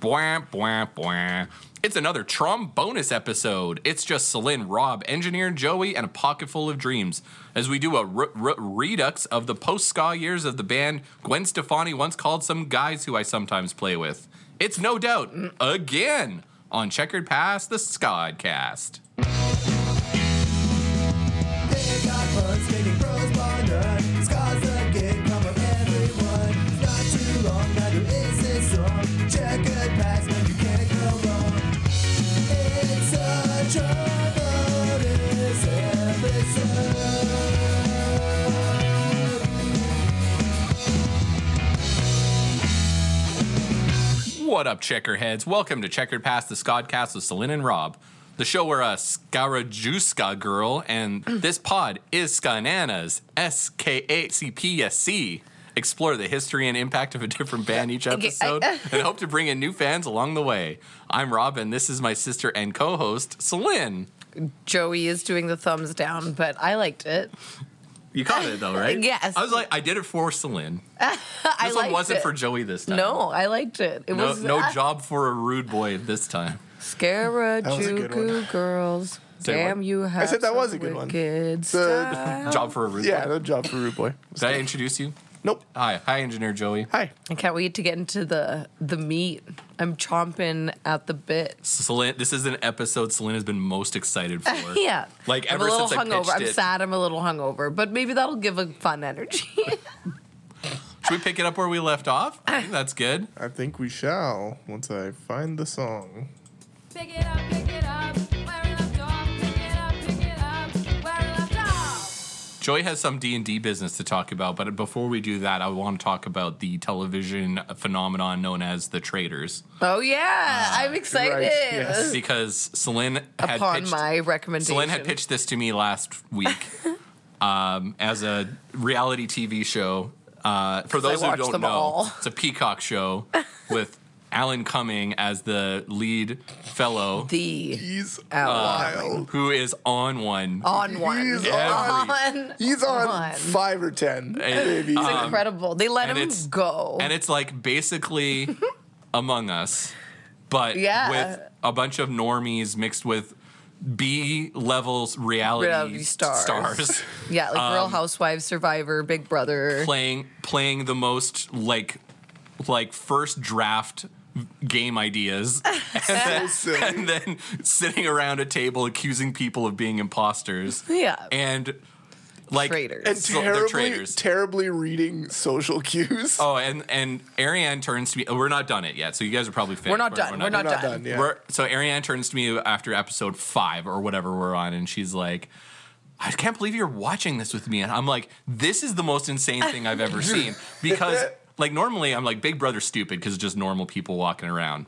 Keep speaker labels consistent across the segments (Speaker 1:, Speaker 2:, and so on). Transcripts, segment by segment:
Speaker 1: Bwah, bwah, bwah. It's another Trom bonus episode. It's just Celine, Rob, Engineer Joey, and a pocket full of dreams as we do a re- re- redux of the post ska years of the band Gwen Stefani once called some guys who I sometimes play with. It's no doubt again on Checkered Past the Skodcast.
Speaker 2: They got bugs, making bros by none. Sky's the gig, come for everyone. Not too long, neither is this song. Check it past, man, you can't go wrong. It's a Jarvis episode.
Speaker 1: What up, checkerheads? Welcome to Checkered Past the Skodcast with Celine and Rob, the show where a Scarajuska girl and this pod is Skananas, S K A C P S C, explore the history and impact of a different band each episode and hope to bring in new fans along the way. I'm Rob, and this is my sister and co host, Celine.
Speaker 3: Joey is doing the thumbs down, but I liked it.
Speaker 1: You caught it though, right?
Speaker 3: Yes.
Speaker 1: I was like, I did it for Celine.
Speaker 3: I
Speaker 1: This one
Speaker 3: liked
Speaker 1: wasn't
Speaker 3: it.
Speaker 1: for Joey this time.
Speaker 3: No, I liked it. It
Speaker 1: No,
Speaker 3: was uh,
Speaker 1: no job for a rude boy this time.
Speaker 2: That was a good
Speaker 3: Scarajuku girls.
Speaker 1: Say what?
Speaker 3: Damn, you have.
Speaker 2: said that
Speaker 3: some
Speaker 2: was a good one.
Speaker 3: wicked
Speaker 2: The-
Speaker 3: style.
Speaker 1: Job for a rude boy.
Speaker 2: no job for Rude Boy.
Speaker 1: Did I introduce you?
Speaker 2: Nope.
Speaker 1: Hi, hi, Engineer Joey.
Speaker 2: Hi.
Speaker 3: I can't wait to get into the the meat. I'm chomping at the bit.
Speaker 1: Celine, this is an episode Celine has been most excited for.
Speaker 3: Yeah.
Speaker 1: Like,
Speaker 3: I'm
Speaker 1: ever
Speaker 3: a little
Speaker 1: since I
Speaker 3: hungover.
Speaker 1: pitched
Speaker 3: I'm
Speaker 1: it.
Speaker 3: sad. I'm a little hungover, but maybe that'll give a fun energy.
Speaker 1: Should we pick it up where we left off? I think that's good.
Speaker 4: I think we shall once I find the song.
Speaker 5: Pick it up, pick it up, where it left off. Pick it up, pick it up, where it left off.
Speaker 1: Joey has some D and D business to talk about, but before we do that, I want to talk about the television phenomenon known as the Traitors,
Speaker 3: oh yeah,
Speaker 1: Ah,
Speaker 3: I'm excited.
Speaker 4: yes.
Speaker 1: because Celine had
Speaker 3: Hmm. Upon
Speaker 1: pitched,
Speaker 3: my recommendation,
Speaker 1: Celine had pitched this to me last week um, as a reality TV show. Uh, for those who
Speaker 3: watch
Speaker 1: don't
Speaker 3: them
Speaker 1: know,
Speaker 3: all.
Speaker 1: it's a Peacock show with Alan Cumming as the lead fellow,
Speaker 3: the
Speaker 4: He's
Speaker 1: Oh, Uh,
Speaker 3: Outlaw.
Speaker 4: wild.
Speaker 1: who is on one.
Speaker 3: on one.
Speaker 4: He's
Speaker 1: on-
Speaker 3: on.
Speaker 4: He's on
Speaker 3: on.
Speaker 4: five or ten, maybe.
Speaker 1: Uh,
Speaker 3: incredible. They let
Speaker 1: Um, and
Speaker 3: him
Speaker 1: it's-
Speaker 3: go.
Speaker 1: And it's like basically Among Us, but
Speaker 3: Yeah.
Speaker 1: with a bunch of normies mixed with B levels reality,
Speaker 3: Reality stars.
Speaker 1: stars
Speaker 3: yeah, like Real
Speaker 1: um,
Speaker 3: Housewives, Survivor, Big Brother.
Speaker 1: playing playing the most like like first draft game ideas
Speaker 4: so silly.
Speaker 1: and then sitting around a table accusing people of being imposters
Speaker 3: yeah,
Speaker 1: and like
Speaker 3: traitors.
Speaker 4: And
Speaker 1: So they're
Speaker 4: terribly,
Speaker 1: traitors.
Speaker 4: terribly reading social cues.
Speaker 1: Oh, and and Ariane turns to me. Oh, we're not done it yet, so you guys are probably finished.
Speaker 3: we're not done. We're not,
Speaker 4: Not
Speaker 3: done.
Speaker 4: done yet.
Speaker 1: We're- so Ariane turns to me after episode five or whatever we're on, and she's like, "I can't believe you're watching this with me." And I'm like, "This is the most insane thing I've ever seen." Because like normally I'm like Big Brother stupid because just normal people walking around,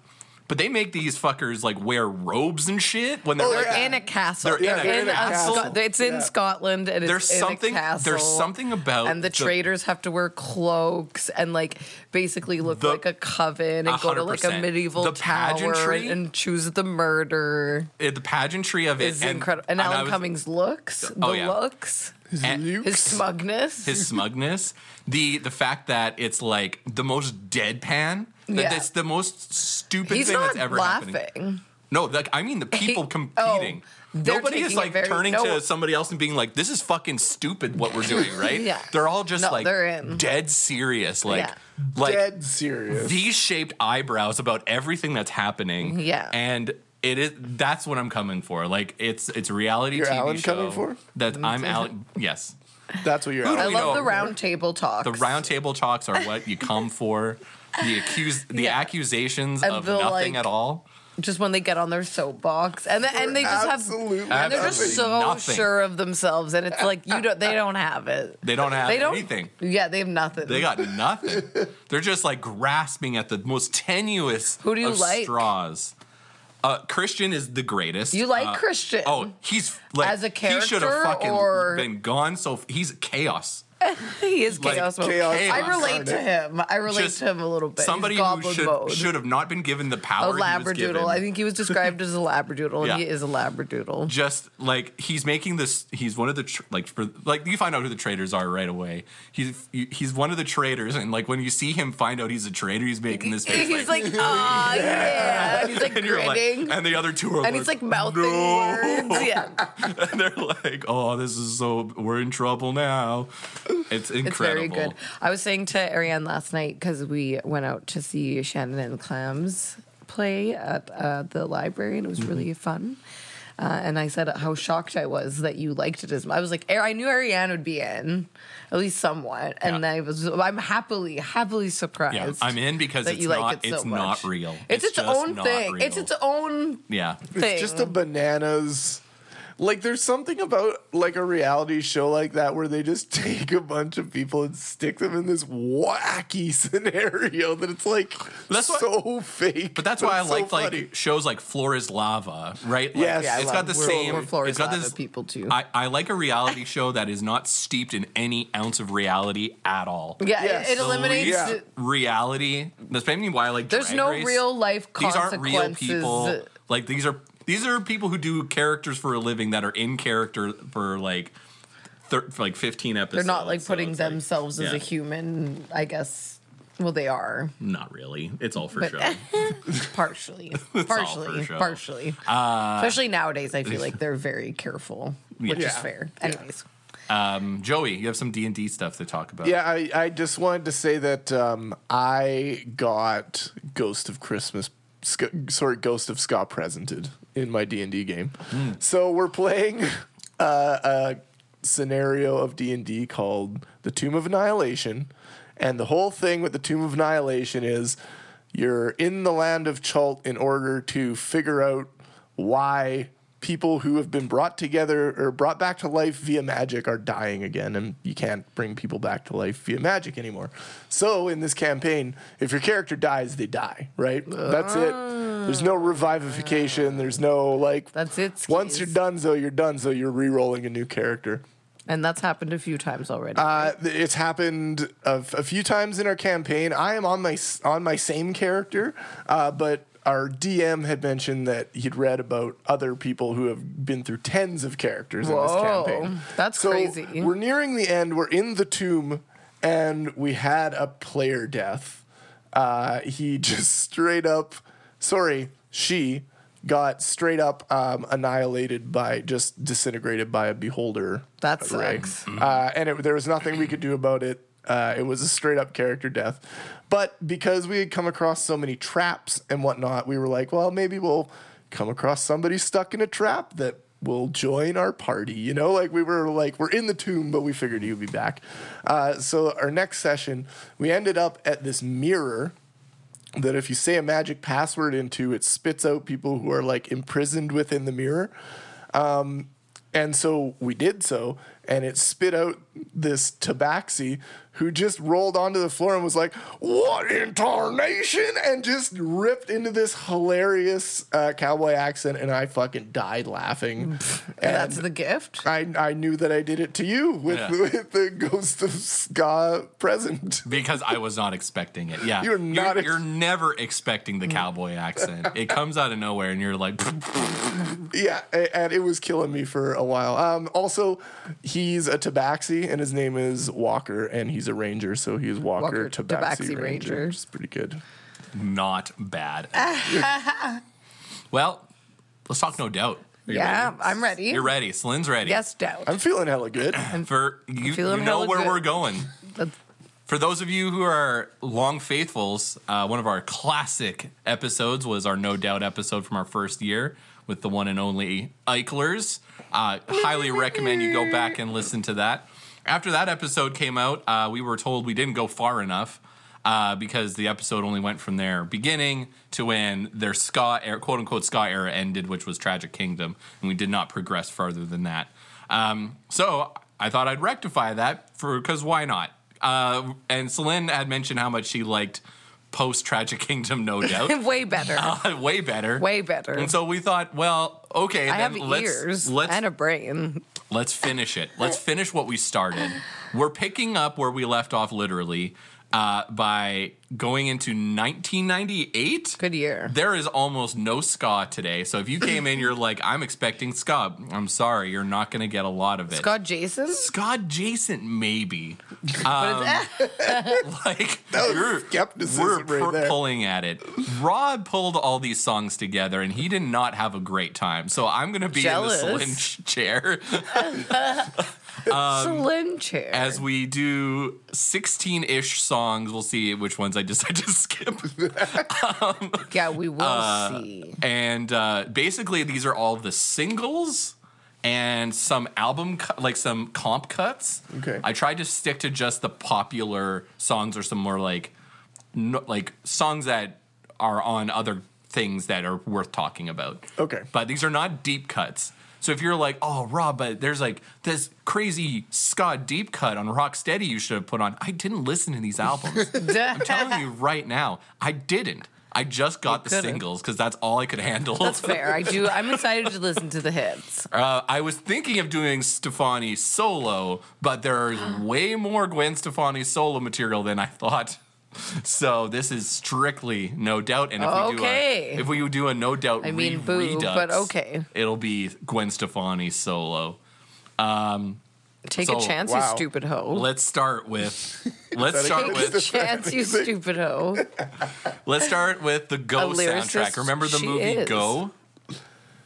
Speaker 1: but they make these fuckers like wear robes and shit when they're
Speaker 4: Oh,
Speaker 1: like
Speaker 4: yeah.
Speaker 3: In a castle.
Speaker 1: They're in a
Speaker 3: In
Speaker 1: castle.
Speaker 3: Sco- it's in
Speaker 4: Yeah.
Speaker 3: Scotland and
Speaker 1: there's
Speaker 3: it's in
Speaker 1: something
Speaker 3: a castle.
Speaker 1: there's something about
Speaker 3: And the traitors have to wear cloaks and like basically look
Speaker 1: The-
Speaker 3: like a coven and go to like a
Speaker 1: 100%.
Speaker 3: medieval
Speaker 1: The
Speaker 3: tower
Speaker 1: pageantry-
Speaker 3: and choose the murder
Speaker 1: uh, the pageantry of it
Speaker 3: is incredible. And,
Speaker 1: I
Speaker 3: Alan
Speaker 1: was-
Speaker 3: Cumming's looks, the
Speaker 1: Oh, yeah.
Speaker 3: looks,
Speaker 1: and-
Speaker 4: Luke.
Speaker 3: his smugness.
Speaker 1: his smugness, the the fact that it's like the most deadpan. That
Speaker 3: Yeah.
Speaker 1: it's the most stupid
Speaker 3: He's
Speaker 1: thing
Speaker 3: not
Speaker 1: that's ever
Speaker 3: laughing.
Speaker 1: happening. No, like I mean the people competing.
Speaker 3: oh, they're
Speaker 1: Nobody is
Speaker 3: taking it
Speaker 1: like
Speaker 3: very-
Speaker 1: turning
Speaker 3: no.
Speaker 1: to somebody else and being like, "This is fucking stupid what we're doing," right?
Speaker 3: Yeah.
Speaker 1: They're all just
Speaker 3: No,
Speaker 1: like
Speaker 3: they're in.
Speaker 1: dead serious, like
Speaker 3: Yeah.
Speaker 1: like
Speaker 4: Dead serious.
Speaker 1: V-shaped eyebrows about everything that's happening.
Speaker 3: Yeah.
Speaker 1: and it is that's what I'm coming for. Like it's it's a reality
Speaker 4: You're
Speaker 1: TV
Speaker 4: Alan
Speaker 1: show
Speaker 4: coming for?
Speaker 1: that
Speaker 3: Mm-hmm.
Speaker 1: I'm Alan. Yes,
Speaker 4: That's what you're
Speaker 1: Who do
Speaker 3: I
Speaker 4: out.
Speaker 1: we
Speaker 3: love
Speaker 1: know
Speaker 3: the
Speaker 1: him.
Speaker 3: round table talks.
Speaker 1: The round table talks are what you come for. The accuse the
Speaker 3: Yeah.
Speaker 1: accusations
Speaker 3: And
Speaker 1: of
Speaker 3: the,
Speaker 1: nothing
Speaker 3: like,
Speaker 1: at all.
Speaker 3: just when they get on their soapbox, and the, and they just have
Speaker 4: Absolutely.
Speaker 3: and they're just so
Speaker 1: nothing.
Speaker 3: sure of themselves, and it's like you don't they don't have it.
Speaker 1: They don't have
Speaker 3: They don't
Speaker 1: anything.
Speaker 3: Yeah, they have nothing.
Speaker 1: They got nothing. They're just like grasping at the most tenuous
Speaker 3: Who do you
Speaker 1: of
Speaker 3: like?
Speaker 1: straws. Uh, Christian is the greatest.
Speaker 3: You like
Speaker 1: Uh,
Speaker 3: Christian?
Speaker 1: Oh, he's like
Speaker 3: As a
Speaker 1: he should
Speaker 3: character
Speaker 1: have fucking
Speaker 3: or-
Speaker 1: been gone. So f- he's chaos.
Speaker 3: he is
Speaker 1: Like,
Speaker 3: chaos mode.
Speaker 4: chaos
Speaker 3: I relate to
Speaker 4: incarnate.
Speaker 3: him. I relate
Speaker 1: Just
Speaker 3: to him a little bit. He's
Speaker 1: Somebody who
Speaker 3: goblin
Speaker 1: should
Speaker 3: mode.
Speaker 1: should have not been given the
Speaker 3: a
Speaker 1: power. he was given.
Speaker 3: labradoodle. I think he was described as a labradoodle,
Speaker 1: Yeah.
Speaker 3: and he is a labradoodle.
Speaker 1: just like he's making this he's one of the tr- like for like you find out who the traders are right away he's he's one of the traders and like when you see him find out he's a trader he's making this face
Speaker 3: He's like, oh yeah. And He's like
Speaker 1: and you're like
Speaker 3: grinning,
Speaker 1: and the other two are
Speaker 3: and
Speaker 1: like,
Speaker 3: he's like mouthing
Speaker 1: "No."
Speaker 3: words. Yeah,
Speaker 1: and they're like oh this is so we're in trouble now it's incredible
Speaker 3: it's very good. I was saying to Ariane last night because we went out to see Shannon and the Clams play at uh, the library, and it was
Speaker 1: Mm-hmm.
Speaker 3: really fun. Uh, and I said how shocked I was that you liked it as much. I was like, "Ar- I knew Ariane would be in, at least somewhat. And
Speaker 1: Yeah.
Speaker 3: I was, I'm happily, happily surprised.
Speaker 1: yeah i'm in because
Speaker 3: that
Speaker 1: it's
Speaker 3: you
Speaker 1: not
Speaker 3: like it so
Speaker 1: it's
Speaker 3: much.
Speaker 1: not real
Speaker 3: It's its,
Speaker 1: just
Speaker 3: own
Speaker 1: not
Speaker 3: thing.
Speaker 1: real.
Speaker 3: It's its own
Speaker 1: yeah
Speaker 3: thing.
Speaker 4: It's just a bananas. Like there's something about like a reality show like that where they just take a bunch of people and stick them in this wacky scenario that it's like
Speaker 1: That's why-
Speaker 4: so fake.
Speaker 1: But that's why I
Speaker 4: it's so
Speaker 1: like
Speaker 4: funny.
Speaker 1: like shows like Floor is Lava, right? Like,
Speaker 4: Yes. Yeah, I
Speaker 1: it's
Speaker 4: love-
Speaker 1: got the
Speaker 3: we're-
Speaker 1: same.
Speaker 3: we're Florida
Speaker 1: it's got
Speaker 3: Lava
Speaker 1: this.
Speaker 3: people too.
Speaker 1: I, I like a reality show that is not steeped in any ounce of reality at all.
Speaker 3: yeah, it-
Speaker 4: Yes.
Speaker 3: it,
Speaker 1: The
Speaker 3: eliminates.
Speaker 1: least
Speaker 4: Yeah.
Speaker 1: reality. That's maybe why I like.
Speaker 3: There's
Speaker 1: Drag
Speaker 3: no
Speaker 1: Race.
Speaker 3: real life
Speaker 1: These aren't
Speaker 3: consequences.
Speaker 1: real people. Like these are these are people who do characters for a living that are in character for like, thir- for like 15 episodes.
Speaker 3: They're not like
Speaker 1: So
Speaker 3: putting
Speaker 1: it's like-
Speaker 3: themselves as
Speaker 1: yeah.
Speaker 3: a human. I guess. Well, they are
Speaker 1: Not really. It's all for
Speaker 3: But-
Speaker 1: show.
Speaker 3: partially,
Speaker 1: all
Speaker 3: partially,
Speaker 1: for show. Uh,
Speaker 3: partially. Especially nowadays, I feel like they're very careful, which
Speaker 1: Yeah.
Speaker 3: is fair. Anyways,
Speaker 1: Mm, Joey, you have some D and D stuff to talk about.
Speaker 4: Yeah, I, I just wanted to say that um, I got Ghost of Christmas, Sc- sorry, Ghost of Scott presented in my D and D game. So we're playing uh, a scenario of D and D called the Tomb of Annihilation, and the whole thing with the Tomb of Annihilation is you're in the land of Chult in order to figure out why people who have been brought together or brought back to life via magic are dying again and you can't bring people back to life via magic anymore. So in this campaign, if your character dies, they die, right? That's it. There's no revivification, there's no like
Speaker 3: That's it, skis.
Speaker 4: Once you're done though, you're done, so you're re-rolling a new character.
Speaker 3: and that's happened a few times already.
Speaker 4: Uh, th- it's happened a, f- a few times in our campaign. I am on my s- on my same character, uh, but our DM had mentioned that he'd read about other people who have been through tens of characters in this
Speaker 3: Whoa,
Speaker 4: campaign.
Speaker 3: that's
Speaker 4: So
Speaker 3: crazy.
Speaker 4: We're nearing the end. We're in the tomb, and we had a player death. Uh, he just straight up, sorry, she got straight up um, annihilated by just disintegrated by a beholder
Speaker 3: that
Speaker 4: Ray.
Speaker 3: sucks.
Speaker 4: Uh, and it, there was nothing we could do about it. Uh, it was a straight up character death. But because we had come across so many traps and whatnot, we were like, well, maybe we'll come across somebody stuck in a trap that will join our party. You know, like we were like, we're in the tomb, but we figured he'd be back. Uh, so our next session, we ended up at this mirror that if you say a magic password into, it spits out people who are like imprisoned within the mirror. Um, And so we did so, and it spit out this tabaxi who just rolled onto the floor and was like, What in tarnation? And just ripped into this hilarious uh, cowboy accent, and I fucking died laughing. and
Speaker 3: that's the gift.
Speaker 4: I, I knew that I did it to you with,
Speaker 1: Yeah.
Speaker 4: with the ghost of Ska present.
Speaker 1: because I was not expecting it. Yeah,
Speaker 4: You're not ex-
Speaker 1: You're, never expecting
Speaker 3: Mm.
Speaker 1: the cowboy accent. It comes out of nowhere, and you're like,
Speaker 4: Yeah, a- and it was killing me for a while. Um, also, he's a tabaxi, and his name is Walker, and he's a ranger, so he's Walker,
Speaker 3: Walker,
Speaker 4: tabaxi,
Speaker 3: Tabaxi
Speaker 4: ranger.
Speaker 3: Ranger.
Speaker 4: It's pretty good.
Speaker 1: not bad. well, let's talk. No doubt. Are you
Speaker 3: yeah,
Speaker 1: ready?
Speaker 3: I'm ready.
Speaker 1: You're ready. Slim's ready.
Speaker 3: Yes, doubt.
Speaker 4: I'm feeling hella good.
Speaker 1: For you, you
Speaker 3: feeling
Speaker 1: know
Speaker 3: hella
Speaker 1: where
Speaker 3: good.
Speaker 1: we're going.
Speaker 3: That's-
Speaker 1: For those of you who are long faithfuls, uh, one of our classic episodes was our No Doubt episode from our first year with the one and only Eichlers. Uh, highly recommend you go back and listen to that. After that episode came out, uh, we were told we didn't go far enough uh, because the episode only went from their beginning to when their ska era, quote unquote ska era ended, which was Tragic Kingdom, and we did not progress farther than that. Um, so I thought I'd rectify that for because why not? Uh, and Celine had mentioned how much she liked post Tragic Kingdom, no doubt,
Speaker 3: Way better.
Speaker 1: way better,
Speaker 3: Way better.
Speaker 1: And so we thought, well, okay,
Speaker 3: I
Speaker 1: then
Speaker 3: have
Speaker 1: let's
Speaker 3: ears
Speaker 1: let's
Speaker 3: and a brain.
Speaker 1: Let's finish it.
Speaker 3: Uh,
Speaker 1: Let's finish what we started. We're picking up where we left off literally uh, by going into 1998.
Speaker 3: Good year.
Speaker 1: There is almost no ska today. So if you came in, you're like, I'm expecting ska. I'm sorry, you're not going to get a lot of it.
Speaker 3: Scott Jason?
Speaker 1: Ska adjacent, maybe. Um,
Speaker 3: But it's,
Speaker 1: Like,
Speaker 4: was
Speaker 1: you're-
Speaker 4: skepticism
Speaker 1: we're
Speaker 4: right
Speaker 1: pu-
Speaker 4: there.
Speaker 1: pulling at it. Rob pulled all these songs together, and he did not have a great time. So I'm going to be
Speaker 3: Jealous.
Speaker 1: in the slim chair
Speaker 3: slim chair.
Speaker 1: um, as we do 16 ish songs. We'll see which ones I decide to skip.
Speaker 3: yeah, we will
Speaker 1: uh,
Speaker 3: see.
Speaker 1: and uh, basically, these are all the singles and some album, cu- like some comp cuts.
Speaker 4: Okay.
Speaker 1: I tried to stick to just the popular songs or some more like, no, like songs that are on other things that are worth talking about.
Speaker 4: Okay.
Speaker 1: But these are not deep cuts. So if you're like, oh, Rob, but there's like this crazy ska deep cut on Rocksteady you should have put on. I didn't listen to these albums. I'm telling you right now, I didn't. I just got the
Speaker 3: could've.
Speaker 1: singles because that's all I could handle.
Speaker 3: That's fair. I do. I'm excited to listen to the hits.
Speaker 1: Uh, I was thinking of doing Stefani solo, but there's way more Gwen Stefani solo material than I thought. So this is strictly no doubt. And if
Speaker 3: Okay.
Speaker 1: we do a, if we do a no doubt,
Speaker 3: I mean,
Speaker 1: re-
Speaker 3: boo,
Speaker 1: redux,
Speaker 3: but okay.
Speaker 1: it'll be Gwen Stefani solo.
Speaker 3: Take
Speaker 1: So,
Speaker 3: a chance,
Speaker 4: wow.
Speaker 3: you stupid hoe.
Speaker 1: Let's start with let's
Speaker 4: that
Speaker 1: start
Speaker 4: again?
Speaker 3: Take a
Speaker 1: with
Speaker 3: chance, you stupid hoe.
Speaker 1: let's start with the Go
Speaker 3: A
Speaker 1: soundtrack.
Speaker 3: lyricist
Speaker 1: Remember the
Speaker 3: she
Speaker 1: movie
Speaker 3: is.
Speaker 1: Go?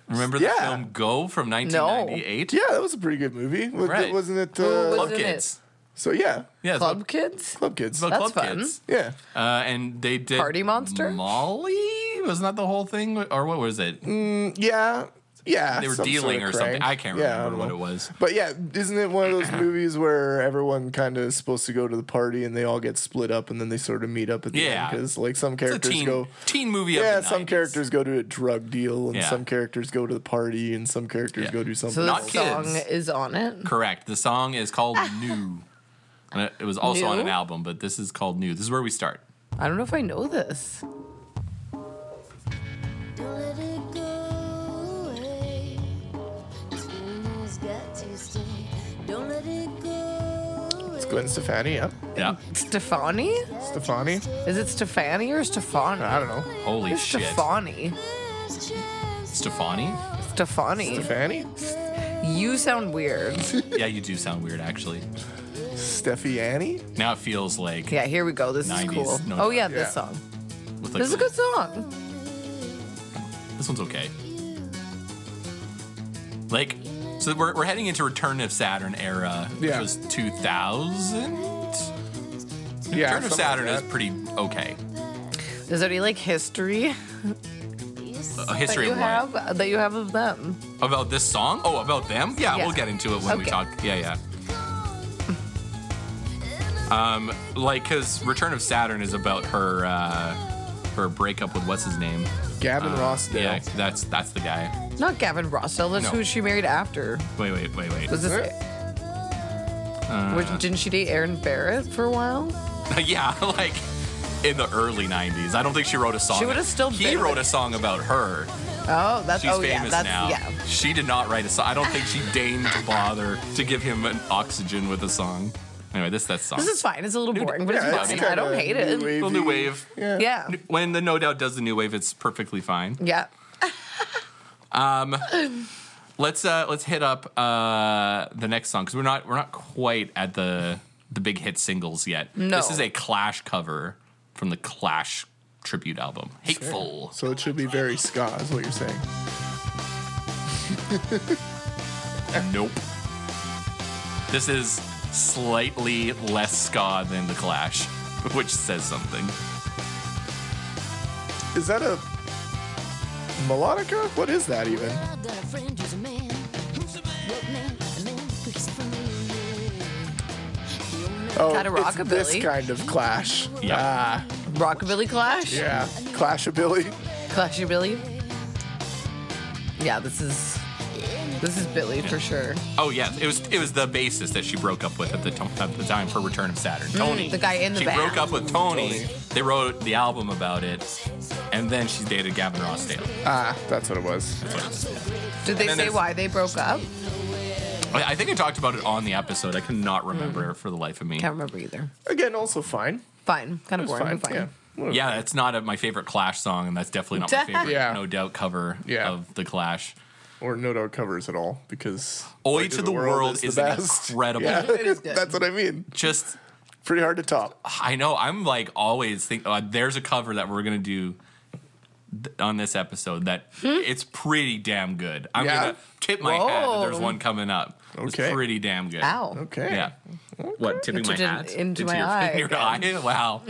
Speaker 1: Remember the
Speaker 4: Yeah.
Speaker 1: film Go from 1998?
Speaker 4: Yeah, that was a pretty good movie. Was,
Speaker 1: Right.
Speaker 4: Wasn't it?
Speaker 3: Who
Speaker 4: Uh,
Speaker 3: was-
Speaker 1: Club
Speaker 3: Wasn't it?
Speaker 1: Kids.
Speaker 4: so yeah,
Speaker 1: Yeah, it's
Speaker 3: Club kids?
Speaker 4: Club Kids.
Speaker 1: about
Speaker 3: That's
Speaker 1: Club
Speaker 3: fun.
Speaker 1: Kids.
Speaker 4: Yeah,
Speaker 1: Uh, and they did
Speaker 3: Party Monster?
Speaker 1: Molly wasn't that the whole thing, or what was it?
Speaker 4: yeah, yeah.
Speaker 1: they were
Speaker 4: some sort
Speaker 1: dealing
Speaker 4: of
Speaker 1: or something.
Speaker 4: crank.
Speaker 1: I can't
Speaker 4: Yeah, I
Speaker 1: remember
Speaker 4: don't
Speaker 1: what
Speaker 4: know.
Speaker 1: it was.
Speaker 4: But yeah, isn't it one of those movies where everyone kind of is supposed to go to the party and they all get split up and then they sort of meet up at the
Speaker 1: Yeah.
Speaker 4: end because like some
Speaker 1: It's a
Speaker 4: characters
Speaker 1: teen
Speaker 4: go.
Speaker 1: teen movie.
Speaker 4: Yeah,
Speaker 1: of the
Speaker 4: some
Speaker 1: 90s.
Speaker 4: characters go to a drug deal and
Speaker 1: Yeah.
Speaker 4: some characters go to the party and some characters
Speaker 1: Yeah.
Speaker 4: go do something.
Speaker 3: So the
Speaker 1: Not
Speaker 4: else.
Speaker 1: kids.
Speaker 3: song is on it.
Speaker 1: Correct. The song is called New. And it- it was also on
Speaker 3: New?
Speaker 1: an album, but this is called New. This is where we start.
Speaker 3: I don't know if I know this.
Speaker 6: Don't let it go away. This feeling's got to stay. Don't let it go away.
Speaker 4: It's Gwen Stefani, yeah.
Speaker 1: Yeah.
Speaker 3: Stefani?
Speaker 4: Stefani.
Speaker 3: Is it Stefani or Stefani?
Speaker 4: I don't know.
Speaker 1: Holy
Speaker 3: It's
Speaker 1: shit.
Speaker 3: Stefani.
Speaker 6: This chance
Speaker 1: Stefani?
Speaker 3: Stefani.
Speaker 4: Stefani?
Speaker 3: You sound weird.
Speaker 1: Yeah, you do sound weird, actually.
Speaker 4: Stefiani?
Speaker 1: Now it feels like
Speaker 3: Yeah, here we go. This
Speaker 1: 90s,
Speaker 3: is cool.
Speaker 1: no
Speaker 3: oh, yeah,
Speaker 1: doubt.
Speaker 4: Yeah.
Speaker 3: this song.
Speaker 1: with like
Speaker 3: This is a good song.
Speaker 1: This one's okay. Like, so we're, we're heading into Return of Saturn era, which
Speaker 4: Yeah.
Speaker 1: was 2000. Return
Speaker 4: Yeah,
Speaker 1: of
Speaker 4: something
Speaker 1: Saturn
Speaker 4: like
Speaker 1: is
Speaker 4: that.
Speaker 1: pretty okay.
Speaker 3: Is there any like history
Speaker 1: A
Speaker 3: that
Speaker 1: history
Speaker 3: you
Speaker 1: of what?
Speaker 3: have that you have of them?
Speaker 1: About this song? Oh, about them? Yeah,
Speaker 3: Yeah.
Speaker 1: we'll get into it when we
Speaker 3: Okay.
Speaker 1: talk. Yeah, yeah. Um, like, cause Return of Saturn is about her, uh, her breakup with what's his name?
Speaker 4: Gavin Rossdale.
Speaker 1: uh, Yeah, that's that's the guy.
Speaker 3: Not Gavin Rossdale. That's
Speaker 1: No.
Speaker 3: who she married after.
Speaker 1: Wait, wait, wait, wait.
Speaker 3: Was this? Uh, Which, didn't she date Aaron Barrett for a while?
Speaker 1: yeah, like in the early '90s. I don't think she wrote a song.
Speaker 3: She would've still
Speaker 1: He
Speaker 3: been-
Speaker 1: wrote a song about her.
Speaker 3: Oh, that's
Speaker 1: She's
Speaker 3: oh
Speaker 1: famous
Speaker 3: yeah, that's
Speaker 1: now.
Speaker 3: yeah.
Speaker 1: She did not write a song. I don't think she deigned to bother to give him an oxygen with a song. Anyway, this that song.
Speaker 3: This is fine. It's a little boring, but
Speaker 4: Yeah,
Speaker 3: it's
Speaker 4: it's
Speaker 3: fine. I don't
Speaker 4: kinda
Speaker 3: hate
Speaker 4: new
Speaker 3: it.
Speaker 4: wavy.
Speaker 1: Well, new wave.
Speaker 4: Yeah.
Speaker 3: Yeah,
Speaker 1: When the No Doubt does the new wave, it's perfectly fine.
Speaker 3: yeah.
Speaker 1: Let's uh let's hit up uh the next song because we're not we're not quite at the the big hit singles yet.
Speaker 3: No.
Speaker 1: This is a Clash cover from the Clash tribute album. Hateful.
Speaker 4: So it should be very ska, is what you're saying.
Speaker 1: Nope. This is slightly less ska than The Clash, which says something.
Speaker 4: Is that a melodica? What is that even?
Speaker 6: I've got a friend who's a man. What man? A man who's familiar. He only
Speaker 4: Oh,
Speaker 3: Kinda
Speaker 4: it's this
Speaker 3: rockabilly.
Speaker 4: kind of clash.
Speaker 1: Yeah.
Speaker 4: Ah,
Speaker 3: Rockabilly Clash,
Speaker 4: yeah. Clashabilly.
Speaker 3: Clashabilly. Yeah, this is this is Billy for sure.
Speaker 1: Oh yeah, it was it was the bassist that she broke up with at the to- at the time for Return of Saturn. Tony,
Speaker 3: Mm, the guy in the
Speaker 1: she
Speaker 3: band.
Speaker 1: broke up with Tony. They wrote the album about it, and then she dated Gavin Rossdale.
Speaker 4: Ah, that's what it was.
Speaker 3: Did they
Speaker 1: then
Speaker 3: say
Speaker 1: there's-
Speaker 3: why they broke up?
Speaker 1: I I think I talked about it on the episode. I cannot
Speaker 3: Mm.
Speaker 1: remember for the life of me.
Speaker 3: Can't remember either.
Speaker 4: Again, also fine.
Speaker 3: Fine. Kind of
Speaker 4: It's
Speaker 3: boring,
Speaker 4: fine.
Speaker 3: but fine.
Speaker 4: Yeah. Whatever.
Speaker 1: Yeah, it's not a, my favorite Clash song, and that's definitely not my favorite,
Speaker 4: Yeah.
Speaker 1: no doubt, cover
Speaker 4: Yeah.
Speaker 1: of the Clash.
Speaker 4: Or no doubt covers at all because
Speaker 1: Oi to the World is an incredible-
Speaker 3: It is good.
Speaker 4: That's what I mean.
Speaker 1: Just,
Speaker 4: Pretty hard to top.
Speaker 1: I know, I'm like always think uh, there's a cover that we're gonna do th- on this episode that
Speaker 3: Hmm?
Speaker 1: it's pretty damn good. I'm
Speaker 4: Yeah?
Speaker 1: gonna tip my hat that there's
Speaker 3: Whoa.
Speaker 1: one coming up.
Speaker 4: Okay.
Speaker 1: It's pretty damn good.
Speaker 3: Ow.
Speaker 4: Okay.
Speaker 1: Yeah. What, tipping
Speaker 3: Into
Speaker 1: my
Speaker 3: the-
Speaker 1: hat?
Speaker 3: into my
Speaker 1: your,
Speaker 3: eye
Speaker 1: in your
Speaker 3: again.
Speaker 1: eye? Wow.